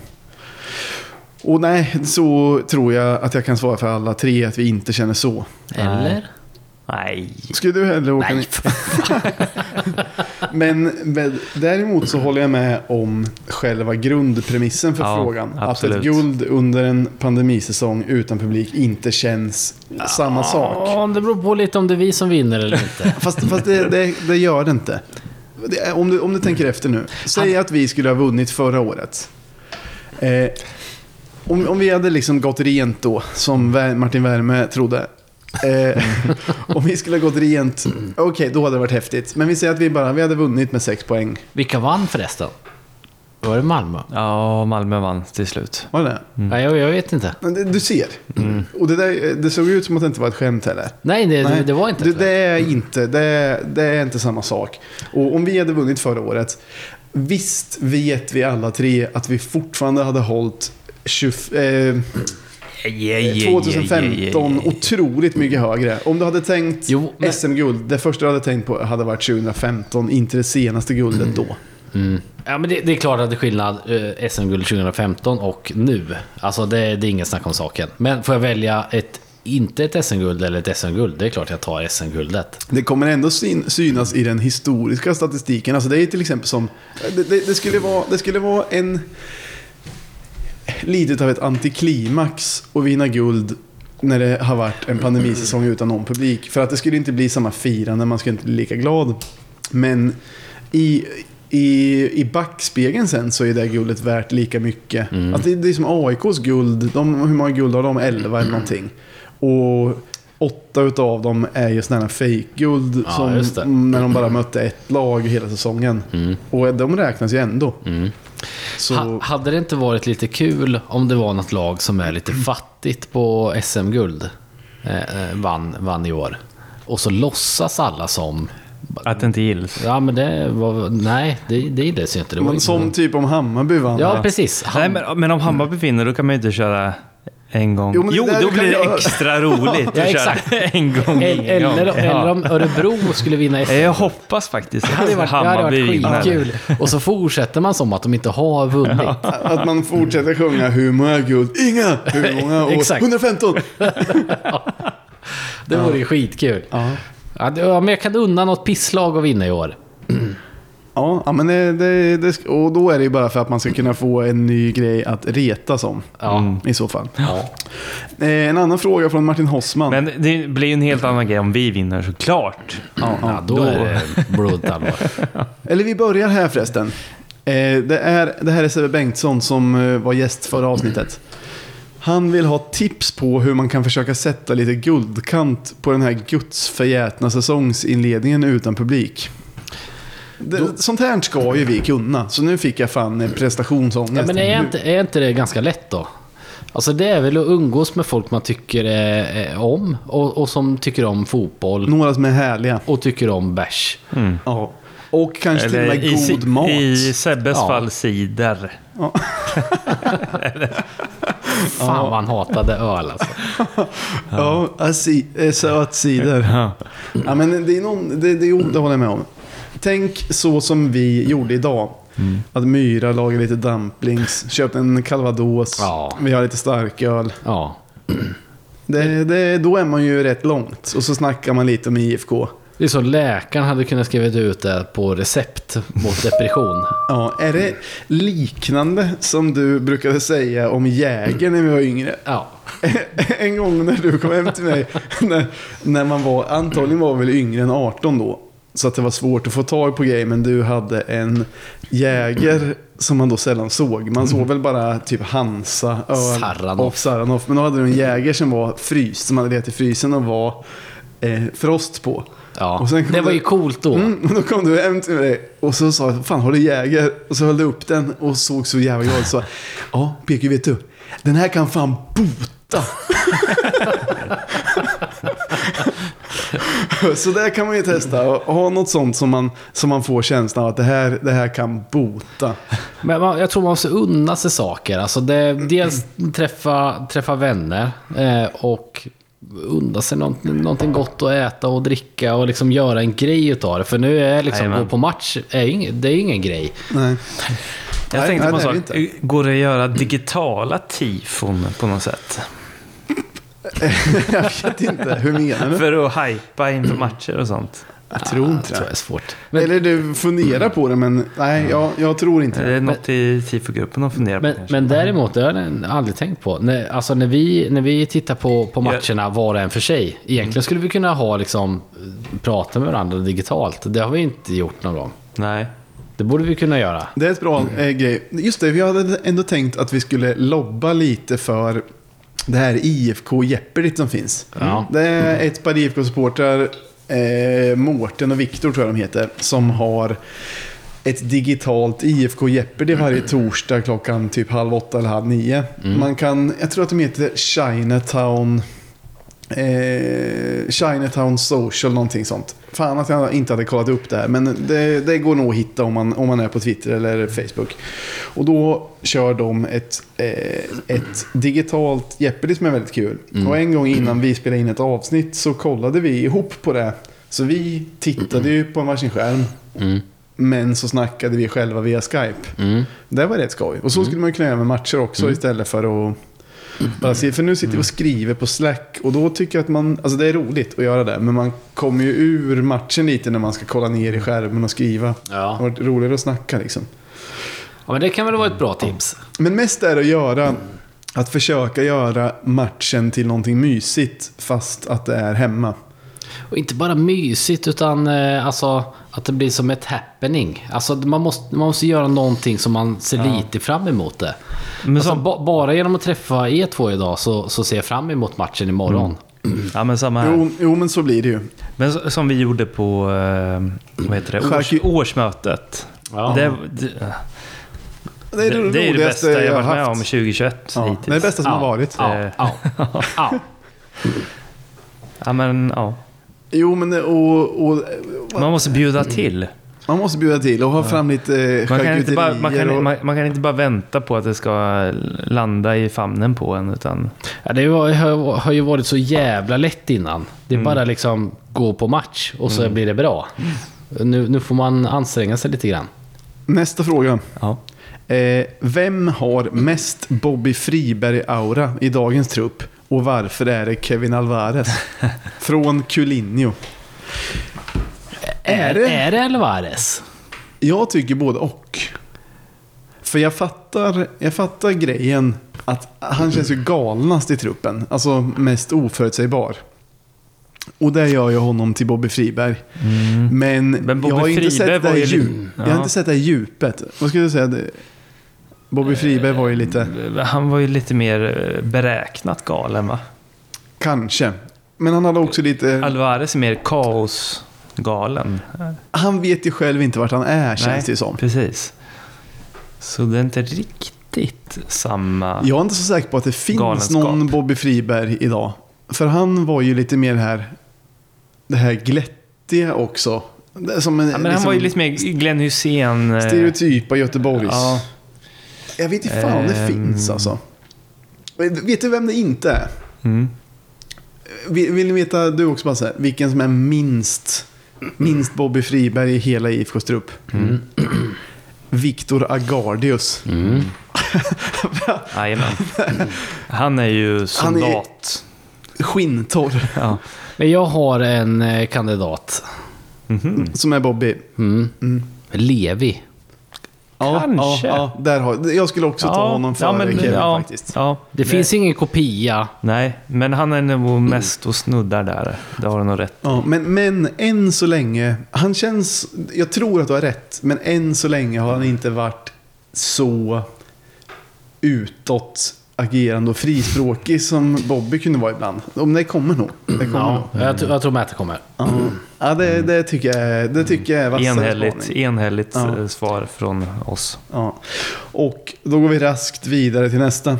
B: Och nej, så tror jag att jag kan svara för alla tre att vi inte känner så.
C: Eller?
A: Nej.
B: Skulle du hellre åka
C: Nej,
B: ner? Men, men däremot så håller jag med om själva grundpremissen för
A: Ja,
B: frågan.
A: absolut.
B: Att ett guld under en pandemisäsong utan publik inte känns samma sak.
C: Ja, det beror på lite om det är vi som vinner eller inte.
B: Fast, fast det, det, det gör det inte. Det, är- om, du, om du tänker efter nu. Säg att vi skulle ha vunnit förra året. Eh, om, om vi hade liksom gått rent då, som Vär- Martin Värme trodde. Eh, om vi skulle ha gått rent, okej då hade det varit häftigt. Men vi säger att vi bara vi hade vunnit med sex poäng.
C: Vilka vann förresten? Var det Malmö?
A: Ja, Malmö vann till slut.
B: Var det det?
C: Nej, jag, jag vet inte.
B: Men det? Du ser. Och det, där, det såg ut som att det inte var ett skämt heller.
C: Nej, det,
B: Nej,
C: det, det var inte
B: det.
C: det.
B: Det är inte, det, är- det är inte samma sak. Och om vi hade vunnit förra året, visst vet vi alla tre att vi fortfarande hade hållit 20, eh,
A: Yeah, yeah, yeah,
B: 2015 otroligt mycket högre. Om du hade tänkt
C: Jo, men-
B: SM-guld, det första du hade tänkt på hade varit 2015, inte det senaste guldet
C: Mm.
B: då.
C: Ja, men det, det är klart att det är skillnad eh, SM-guld 2015 och nu. Alltså det, det är inget snack om saken. Men får jag välja ett inte ett SM-guld eller ett SM-guld, det är klart jag tar SM-guldet.
B: Det kommer ändå syn, synas i den historiska statistiken. Alltså det är till exempel som... Det, det, det, skulle, vara, det skulle vara en... Litet av ett antiklimax att vinna guld när det har varit en pandemisäsong utan någon publik. För att det skulle inte bli samma firande, man skulle inte bli lika glad. Men i, i, i backspegeln sen så är det guldet värt lika mycket.
C: Mm.
B: Alltså det, det är som AIKs guld. De, hur många guld har de? 11 eller någonting. Och åtta utav dem är ju sådana här fake-guld.
C: Ja,
B: som
C: just det. Mm.
B: när de bara mötte ett lag hela säsongen. Och de räknas ju ändå. Så,
C: Ha, hade det inte varit lite kul om det var något lag som är
B: Mm.
C: lite fattigt på SM-guld eh, eh, vann, vann i år? Och så låtsas alla som...
A: Att det inte gills.
C: Ja, men det var... Nej, det, det gillas ju inte. Det var
B: men
C: ju,
B: som typ om Hammarby vann.
C: ja, precis. Han,
A: Nej, men, men om Hammarby vinner då kan man ju inte köra en gång.
B: Jo,
A: Jo,
B: men det där
A: då
B: du kan
A: blir
B: göra.
A: det extra roligt att
C: Ja,
A: köra en gång.
C: eller,
A: ingen gång.
C: eller, eller om Örebro skulle vinna SM.
A: Ja. Eh, Jag hoppas faktiskt
C: Det hade
A: att
C: varit, det hade
A: Hammarby
C: varit
A: vinner.
C: skitkul. Och så fortsätter man som att de inte har vunnit.
B: Att man fortsätter sjunga hur många guld? Inga! Hur många? Och
C: Exakt.
B: 115!
C: Det vore ju skitkul.
B: Ja.
C: Ja, det- ja, men jag kan unna något pisslag att vinna i år.
B: Ja, ja, men det, det, det, sk- och då är det ju bara för att man ska kunna få en ny grej att retas om.
C: Mm.
B: I så fall. Eh, En annan fråga från Martin Hossman.
A: Men det blir ju en helt annan grej om vi vinner såklart.
C: Ja, då, är det blodallvar.
B: Eller vi börjar här förresten. Eh, Det, är, det här är Sebbe Bengtsson som eh, var gäst förra avsnittet. Han vill ha tips på hur man kan försöka sätta lite guldkant på den här gudsförgätna säsongsinledningen utan publik. Det, sånt här ska ju vi kunna, så nu fick jag fan eh, prestationsångest.
C: Ja, men är inte, är inte det ganska lätt då? Alltså det är väl att umgås med folk man tycker eh, eh, om och, och som tycker om fotboll
B: Några som är härliga.
C: och tycker om bärs.
B: Ja. Och kanske till och
A: Mm. Eller
B: med
A: i,
B: god mat.
A: I Sebbes
C: Ja.
A: fall cider.
C: Fan vad han hatade öl alltså.
B: Ja, asi- eh, söt cider. Ja. men det är någon, det, det, jo, det håller jag med om. Tänk så som vi gjorde idag. Att Myra lagar lite dumplings, köpte en calvados,
C: Ja.
B: vi har lite starköl.
C: Ja.
B: Det, det, då är man ju rätt långt. Och så snackar man lite om IFK.
C: Det är så läkaren hade kunnat skrivit ut det på recept mot depression.
B: Ja, är det liknande som du brukade säga om Jäger när vi var yngre?
C: Ja.
B: en gång när du kom hem till mig, när, när man var, antagligen var väl yngre än 18 då, så att det var svårt att få tag på grejer, men du hade en jäger som man då sällan såg. Man såg väl bara typ Hansa, öl
C: Mm. Saranoff.
B: och Saranoff. Men då hade du en jäger som var fryst, som hade legat i frysen och var eh, frost på.
C: ja.
B: Och sen kom
C: Det var
B: du-
C: ju coolt då.
B: Mm, och då kom du hem till mig och så sa jag, fan har du Jäger? Och så höll du upp den och såg så jävla glad och sa, ja PK vet du, den här kan fan bota. så där kan man ju testa, och ha något sånt som man, som man får känslan av att det här, det här kan bota.
C: Men man, jag tror man måste unna sig saker. Alltså det, dels träffa, träffa vänner eh, och unna sig nånt- någonting gott att äta och dricka och liksom göra en grej utav det. För nu är liksom,
A: Jajamän.
C: gå på match, är ju ingen, det är ju ingen grej.
B: Nej.
A: Jag
B: Nej, nej,
A: tänkte på
B: det är
A: en
B: det
A: sak. Går det att göra digitala tifon på något sätt?
B: jag vet inte, hur menar du?
A: För att hypa inför matcher och sånt.
B: Jag tror
C: Jag
B: inte
C: tror det
B: det.
C: är svårt. Men,
B: Eller du funderar på det, men nej, jag, jag tror inte
A: Är
B: det.
A: det något i tifogruppen de funderar på
C: men,
A: kanske?
C: men däremot, det har jag aldrig tänkt på. När, alltså när vi, när vi tittar på, på matcherna var och en för sig.
A: Mm.
C: Egentligen skulle vi kunna ha liksom, prata med varandra digitalt. Det har vi inte gjort någon gång.
A: Nej.
C: Det borde vi kunna göra.
B: Det är ett bra eh, grej. Just det, vi hade ändå tänkt att vi skulle lobba lite för det här IFK Jeopardy som finns. Mm.
C: Ja.
B: Det är ett par IFK-supportrar, eh, Mårten och Viktor tror jag de heter, som har ett digitalt IFK Jeopardy varje torsdag klockan typ halv åtta eller halv nio. Man kan, jag tror att de heter Chinatown... Eh, Chinatown Social, någonting sånt. Fan att jag inte hade kollat upp det här, men det, det går nog att hitta om man, om man är på Twitter eller Facebook. Och då kör de ett, eh, ett digitalt Jeopardy som är väldigt kul. Och en gång innan vi spelade in ett avsnitt så kollade vi ihop på det. Så vi tittade ju på en varsin skärm. Men så snackade vi själva via Skype. Det var rätt skoj. Och så skulle man ju kunna göra med matcher också istället för att Bara se, för nu
A: Mm.
B: sitter vi och skriver på Slack och då tycker jag att man... Alltså det är roligt att göra det, men man kommer ju ur matchen lite när man ska kolla ner i skärmen och skriva.
C: Ja.
B: Det har varit roligare att snacka liksom.
C: Ja, men det kan väl vara ett bra
B: Mm.
C: tips.
B: Men mest är det att
A: Mm.
B: göra... Att försöka göra matchen till någonting mysigt, fast att det är hemma.
C: Och inte bara mysigt, utan eh, alltså, att det blir som ett happening. Alltså, man, måste, man måste göra någonting som man ser lite fram emot det.
A: Men
C: alltså,
A: som-
C: ba, bara genom att träffa er två idag så, så ser jag fram emot matchen imorgon.
B: Mm.
A: Ja, men samma här.
B: Jo, jo, men så blir det ju.
A: Men s- som vi gjorde på eh, vad heter det? Års,
B: Charky-
A: årsmötet.
C: Ja.
A: Det, det,
B: Det är det,
A: det, det är det
B: roligaste
A: bästa jag varit
B: har
A: med
B: haft.
A: om 2021
B: Ja,
A: hittills.
B: det är det bästa som
C: Ja.
B: har varit.
C: Ja, ja, ja.
A: Ja, men, ja.
B: Jo, men och, och,
A: Man måste bjuda till.
B: man måste bjuda till och ha fram lite eh,
A: Man kan, inte bara, man,
B: charkuterier
A: kan,
B: och-
A: man, man kan inte bara vänta på att det ska landa i famnen på en. Utan,
C: Ja, det var, har, har ju varit så jävla lätt innan. Det
B: Mm.
C: är bara liksom gå på match och så blir det bra. Nu, nu får man anstränga sig lite grann.
B: Nästa fråga.
A: ja.
B: Eh, vem har mest Bobby Friberg-aura i dagens trupp? Och varför är det Kevin Alvarez? Från Culinho. Är det?
C: Är det Alvarez?
B: Jag tycker både och. För jag fattar, jag fattar grejen att han känns ju galnast i truppen. Alltså mest oförutsägbar. Och det gör ju honom till Bobby Friberg. Men,
A: Mm. Bobby
B: jag har inte
A: Friberg
B: sett det
A: var
B: i
A: ju
B: djup.
A: lite-
B: Jag har
A: ja.
B: inte sett det i djupet. Vad skulle du säga? Det- Bobby Friberg var ju lite...
A: Mm. Han var ju lite mer eh, beräknat galen va?
B: Kanske. Men han hade också lite...
A: Alvarez är mer kaosgalen.
B: Han vet ju själv inte vart han är känns det ju som.
A: Precis. Så det är inte riktigt samma...
B: Jag är inte så säker på att det finns
A: Galenskap.
B: någon Bobby Friberg idag. För han var ju lite mer här... Det här glättiga också. Det är som en, liksom
A: ja, men han var ju lite mer Glenn Hysén. eh,
B: Stereotypa Göteborgs.
A: Ja.
B: Jag vet inte fan om det
A: Ehm.
B: finns alltså. Vet du vem det inte är?
A: Mm.
B: Vill, vill ni veta, du också Basse, vilken som är minst, minst Bobby Friberg i hela IFKs trupp?
A: Mm.
B: Viktor Agardius.
A: Jajamän. Han är ju
B: Han är-
A: soldat.
B: Skinntorr,
A: Ja.
C: Men jag har en eh, kandidat.
B: som är Bobby.
C: Levi.
B: Mm. Ja,
A: Kanske.
B: Ja, ja, där har, jag skulle också ta honom före Kevin
A: ja,
B: faktiskt.
A: Ja,
C: Det finns ingen kopia.
A: nej, men han är nog
B: Mm.
A: mest och snuddar där. Det har du nog rätt.
B: Ja, men, men än så länge, han känns, jag tror att du har rätt, men än så länge har han inte varit så utåt agerande och frispråkig som Bobby kunde vara ibland. Om det kommer nog. Det kommer nog.
C: Ja, jag, tr- jag tror med att det kommer.
B: Ja, ja det, det tycker jag, det tycker jag är vassare
A: Enhälligt,
B: spaning.
A: enhälligt
B: Ja.
A: eh, svar från oss.
B: Ja. Och då går vi raskt vidare till nästa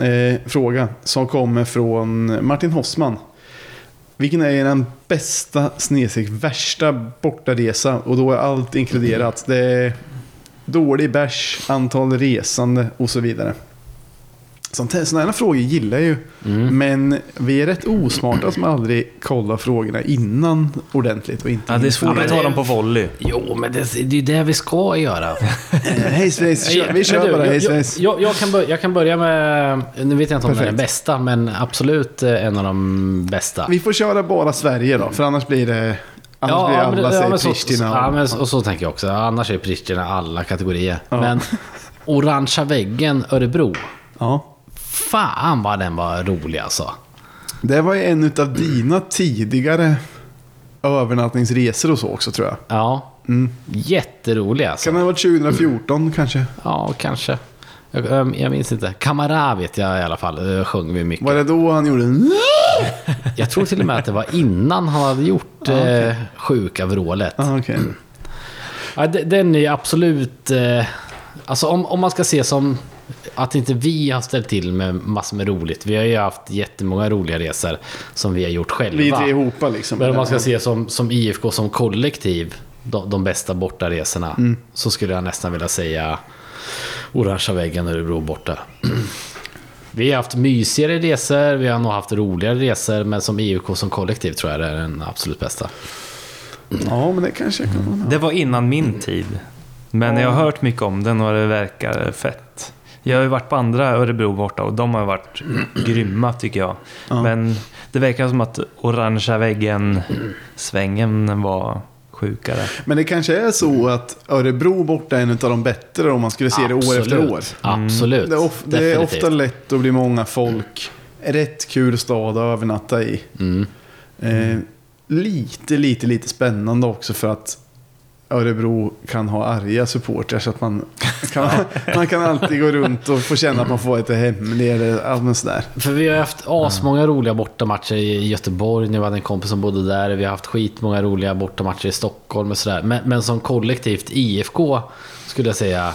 B: eh, fråga som kommer från Martin Hossman. Vilken är den bästa snedstreck värsta bortaresa? Och då är allt inkluderat. Det är dålig bärs, antal resande och så vidare. Sånt här, sådana här frågor gillar jag ju.
A: Mm.
B: Men vi är rätt osmarta som aldrig kollar frågorna innan ordentligt. Och inte
A: Ja, det är svårt
C: men
A: att
C: det-
A: ta dem på volley.
C: Jo, men det, det är ju det vi ska göra.
B: Hej svejs, kör- vi
C: Men
B: kör
C: du,
B: bara hej
C: jag, jag,
B: svejs.
C: jag, jag, kan börja, jag kan börja med... Nu vet jag inte om den är
B: Perfekt.
C: den bästa, men absolut eh, en av de bästa.
B: Vi får köra bara Sverige då, för annars blir det... Annars blir
C: men-
B: alla säger
C: men så-
B: Pristina.
C: Ja, men, så- och så tänker jag också. Ja, Annars är Pristina alla kategorier. Men orangea väggen Örebro.
B: ja.
C: Fan vad den var rolig alltså.
B: Det var ju en av dina tidigare övernattningsresor och så också tror jag.
C: Ja.
B: Mm.
C: Jätterolig alltså.
B: Kan det ha varit 2014 kanske?
C: Ja, kanske. Jag, jag- jag minns inte. Kamara vet jag i alla fall. eh, sjöng vi mycket.
B: Var det då han gjorde... en-
C: Jag tror till och med att det var innan han hade gjort eh, sjuka vrålet.
B: Ah, okej.
C: Ja, de- den är ju absolut... Eh, alltså om, om man ska se som att inte vi har ställt till med massor med roligt. Vi har ju haft jättemånga roliga resor som vi har gjort själva.
B: Vi tre ihop liksom.
C: Men om man ska se som, som IFK som kollektiv, de, de bästa bortaresorna,
B: Mm.
C: så skulle jag nästan vilja säga orangea väggen Örebro borta. Vi har haft mysigare resor, vi har nog haft roligare resor, men som IFK som kollektiv tror jag det är den absolut bästa.
B: Ja, men det kanske jag kan vara med.
A: Det var innan min tid. Men jag har hört mycket om den och det verkar fett. Jag har ju varit på andra Örebro borta och de har ju varit grymma tycker jag.
B: Ja.
A: Men det verkar som att orangea väggen-svängen var sjukare.
B: Men det kanske är så att Örebro borta är en av de bättre om man skulle se det år efter år. Mm.
C: Absolut.
B: Det är, of, det är
C: Definitivt.
B: ofta lätt att bli många folk. Rätt kul stad att övernatta i. Eh, lite, lite, lite spännande också för att Örebro kan ha arga supportrar så att man kan, man kan alltid gå runt och få känna att man får vara lite hemlig eller ja, men sådär.
C: För vi har haft asmånga roliga bortamatcher i Göteborg. Nu hade en kompis som bodde där. Vi har haft skitmånga roliga bortamatcher i Stockholm och sådär. Men, men som kollektivt IFK skulle jag säga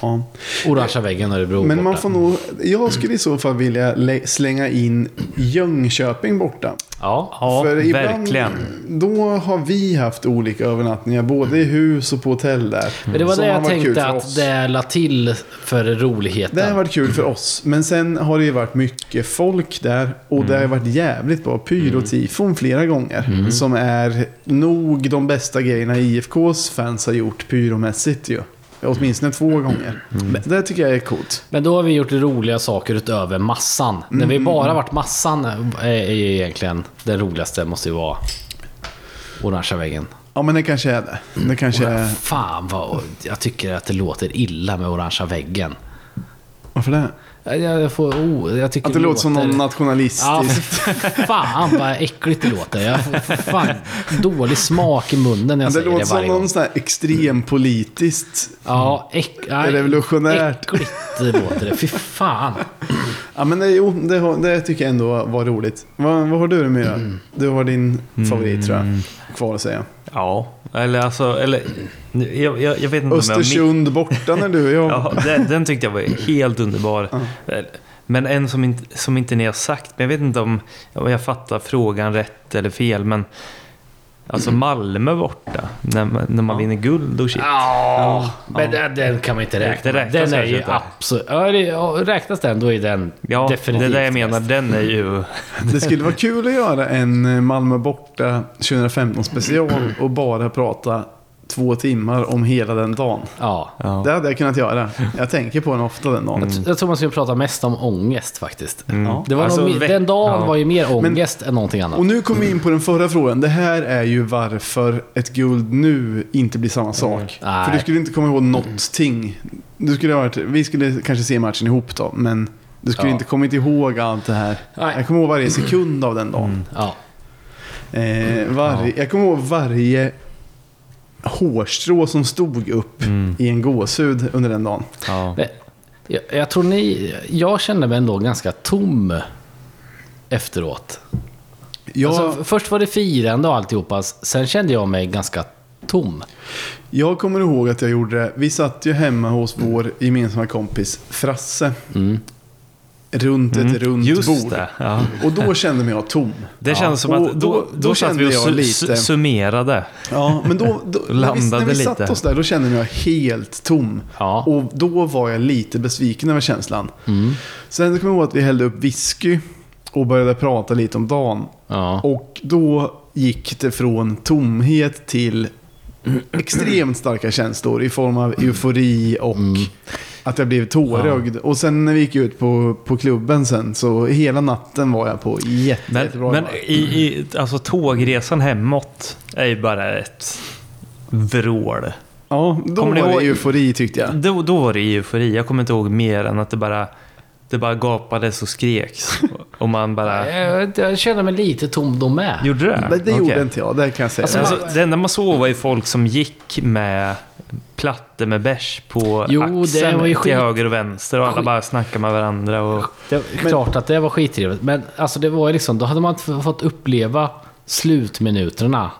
B: Ja.
C: orangea väggen Örebro
B: Men man
C: borta.
B: får nog, jag skulle i så fall vilja lä- slänga in Jönköping borta.
C: Ja.
A: Ja,
B: ibland-
A: verkligen.
B: Då har vi haft olika övernattningar, både i hus och på hotell där.
C: Men det var
B: Som
C: det
B: har
C: jag
B: varit kul
C: tänkte
B: för
C: att
B: oss.
C: det la till för
B: Det har
C: roligheten.
B: varit kul för oss, men sen har det ju varit mycket folk där och det har ju varit jävligt bra pyrotifon flera gånger. Som är nog de bästa grejerna IFKs fans har gjort pyromässigt ju. Åtminstone två gånger. Det tycker jag är coolt.
C: Men då har vi gjort roliga saker utöver massan. När
B: Mm.
C: vi bara varit massan eh, är ju egentligen det roligaste måste ju vara orangea väggen.
B: Ja men det kanske är det. Det kanske
C: Oh,
B: är...
C: Fan vad jag tycker att det låter illa med orangea väggen.
B: Varför det?
C: Jag- Jag, får, oh, jag tycker
B: Att det låter som någon nationalistisk...
C: Ja, fan vad äckligt det låter. Jag får fan dålig smak i munnen när jag
B: det
C: säger
B: låter
C: Alltså, det
B: som
C: varje gång.
B: någon sån här extrempolitiskt
C: Ja, äck, nej,
B: Mm. Revolutionärt.
C: Äckligt låter det. Fy fan.
B: Ja, men det, jo, det, har- det tycker jag ändå var roligt. Vad, vad har du med Du har din favorit tror jag, kvar att säga.
A: Mm. Ja, eller alltså... Eller, jag, jag, jag vet inte om jag miss-
B: Östersund borta när du och jag...
A: Ja, den, den tyckte jag var helt underbar. Men en som inte, som inte ni har sagt, men jag vet inte om om jag fattar frågan rätt eller fel, men alltså
B: Mm.
A: Malmö borta, när man, när man vinner guld och shit.
C: Ja, men den, den kan man inte räkna.
A: Det räknas
C: Den är
A: kanske
C: ju
A: inte.
C: absolut... Ja, det, ja, räknas den då är den
A: Ja, det
C: definitivt
A: är det jag menar,
C: bäst.
A: den är ju...
B: Det skulle vara kul att göra en eh, Malmö borta 2015 special och bara prata två timmar om hela den dagen.
C: Ja.
B: Det hade jag kunnat göra. Jag tänker på den ofta den dagen.
A: Mm.
C: Jag tror man skulle prata mest om ångest faktiskt. Det var
A: Alltså,
C: nog, mi-
A: ve-
C: den dagen
A: ja.
C: var ju mer ångest än någonting annat.
B: Och nu kommer vi in på den förra frågan. Det här är ju varför ett guld nu inte blir samma sak.
C: Mm. Nej.
B: För du skulle inte komma ihåg någonting. Du skulle ha varit, vi skulle kanske se matchen ihop då, men du skulle
C: Ja.
B: inte kommit ihåg allt det här.
C: Nej.
B: Jag kommer ihåg varje sekund av den dagen.
C: Ja. Mm.
B: Eh, varje, Jag kommer ihåg varje hårstrå som stod upp
C: Mm.
B: i en gåshud under den dagen.
A: Ja.
C: Men Jag, jag tror ni... Jag kände mig ändå ganska tom efteråt.
B: Jag,
C: Alltså, f- först var det firande och alltihopa, s- sen kände jag mig ganska tom.
B: jag kommer ihåg att jag gjorde det. Vi satt ju hemma hos vår gemensamma kompis Frasse. Runt ett runt
A: Mm. Just
B: bord.
A: det. Ja.
B: Och då kände mig jag tom.
A: Det känns som
B: och
A: att då, då, satt
B: kände
A: vi och
B: jag
A: su-
B: lite-
A: su- summerade.
B: Ja, men då, då när vi, när
A: Landade
B: vi satt
A: lite.
B: oss där, då kände jag mig helt tom.
C: Ja.
B: Och då var jag lite besviken över känslan.
A: Mm.
B: Sen kom jag ihåg att vi hällde upp whisky och började prata lite om dagen.
C: Ja.
B: Och då gick det från tomhet till extremt starka känslor i form av eufori och
A: Mm.
B: att jag blev tårögd. Och sen när vi gick ut på, på klubben sen, så hela natten var jag på jätte,
A: Men,
B: jättebra
A: men
B: humör.
A: i, i, alltså tågresan hemåt är ju bara ett vrål.
B: Ja, då
A: Kommer ni
B: var
A: ihåg-
B: det eufori tyckte jag.
A: Då, då var det eufori. Jag kommer inte ihåg mer än att det bara, det bara gapades och skreks. Och man bara...
C: Jag, jag kände mig lite tom då med.
A: Gjorde det?
B: Men det
A: Okej.
B: gjorde inte jag, det kan jag säga.
A: Alltså, det enda man såg var ju folk som gick med plattor med bärs på
C: Jo, det
A: axeln
C: var ju
A: till
C: skit-
A: höger och vänster och alla
C: skit-
A: bara snackade med varandra. Och...
C: Det är klart att det var skittrevligt, men alltså det var ju liksom, då hade man inte fått uppleva slutminuterna.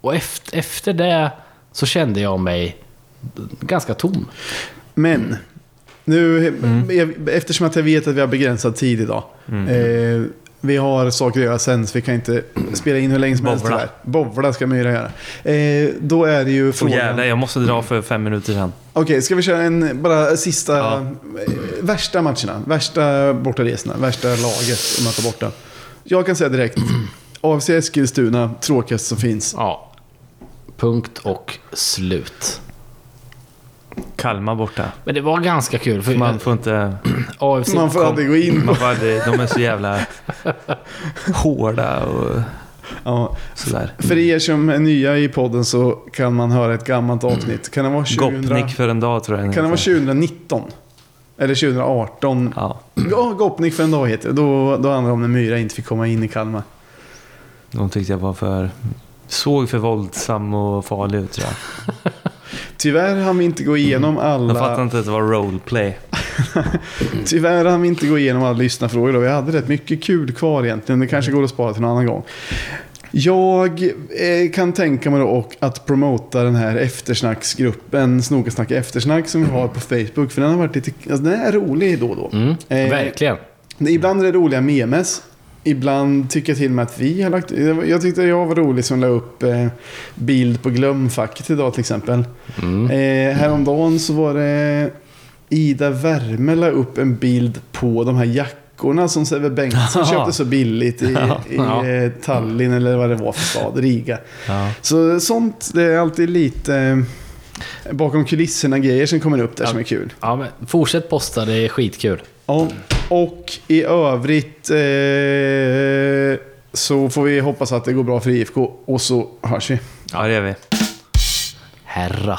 C: Och efter, efter det så kände jag mig ganska tom.
B: Men, nu,
A: Mm.
B: jag- eftersom att jag vet att vi har begränsad tid idag. Eh, vi har saker att göra sen, så vi kan inte spela in hur länge som helst
A: Bovla.
B: tyvärr. Bovla ska Myra göra. Eh, då är det ju
A: Åh
B: frågan...
A: jävlar, jag måste dra för fem minuter sedan.
B: Okej, ska vi köra en bara sista...
A: Ja.
B: eh, Värsta matcherna, värsta bortaresorna, värsta laget om man tar borta. Jag kan säga direkt, AFC Eskilstuna, tråkigast som finns.
C: Ja. Punkt och slut.
A: Kalmar borta.
C: Men det var ganska kul. För
A: Man får inte...
C: AFC
B: Man får
C: kom-
B: aldrig gå in.
A: Man får aldrig, de är så jävla hårda och
B: Ja.
A: sådär.
B: För er som är nya i podden så kan man höra ett gammalt avsnitt. Mm. Kan det vara, 2000...
A: Goppnick för en dag tror jag den
B: kan det vara
A: heter.
B: 2019? Eller 2018?
A: Ja,
B: Ja, Goppnik för en dag heter det. Då, då handlar det om när Myra inte fick komma in i Kalmar.
A: de tyckte jag var för... Såg för våldsam och farlig ut tror jag.
B: Tyvärr hann vi inte gå igenom
A: De fattade
B: alla...
A: inte att det var roleplay.
B: Tyvärr hann vi inte gå igenom alla lyssnarfrågor. Då. Vi hade rätt mycket kul kvar egentligen. Det kanske går att spara till någon annan gång. Jag eh, kan tänka mig då och att promota den här eftersnacksgruppen, Snokasnack eftersnack, som vi har på Facebook. För den har varit lite... Alltså, den är rolig då och då.
C: Mm,
B: Eh,
C: verkligen.
B: Det- Ibland är det roliga memes. Ibland tycker jag till och med att vi har lagt... Jag tyckte jag var rolig som la upp eh, bild på glömfacket idag till exempel.
C: Mm.
B: Eh, häromdagen så var det Ida Värme la upp en bild på de här jackorna som Sebbe Bengtsson
A: Ja.
B: köpte så billigt i, i
C: Ja.
B: eh, Tallinn eller vad det var för stad, Riga.
A: Ja.
B: Så sånt, det är alltid lite eh, bakom kulisserna grejer som kommer upp där
C: Ja.
B: som är kul.
C: Ja, men fortsätt posta, det är skitkul.
B: Ja, och i övrigt eh, så får vi hoppas att det går bra för IFK och så hörs vi.
A: Ja, det gör vi.
C: Herra.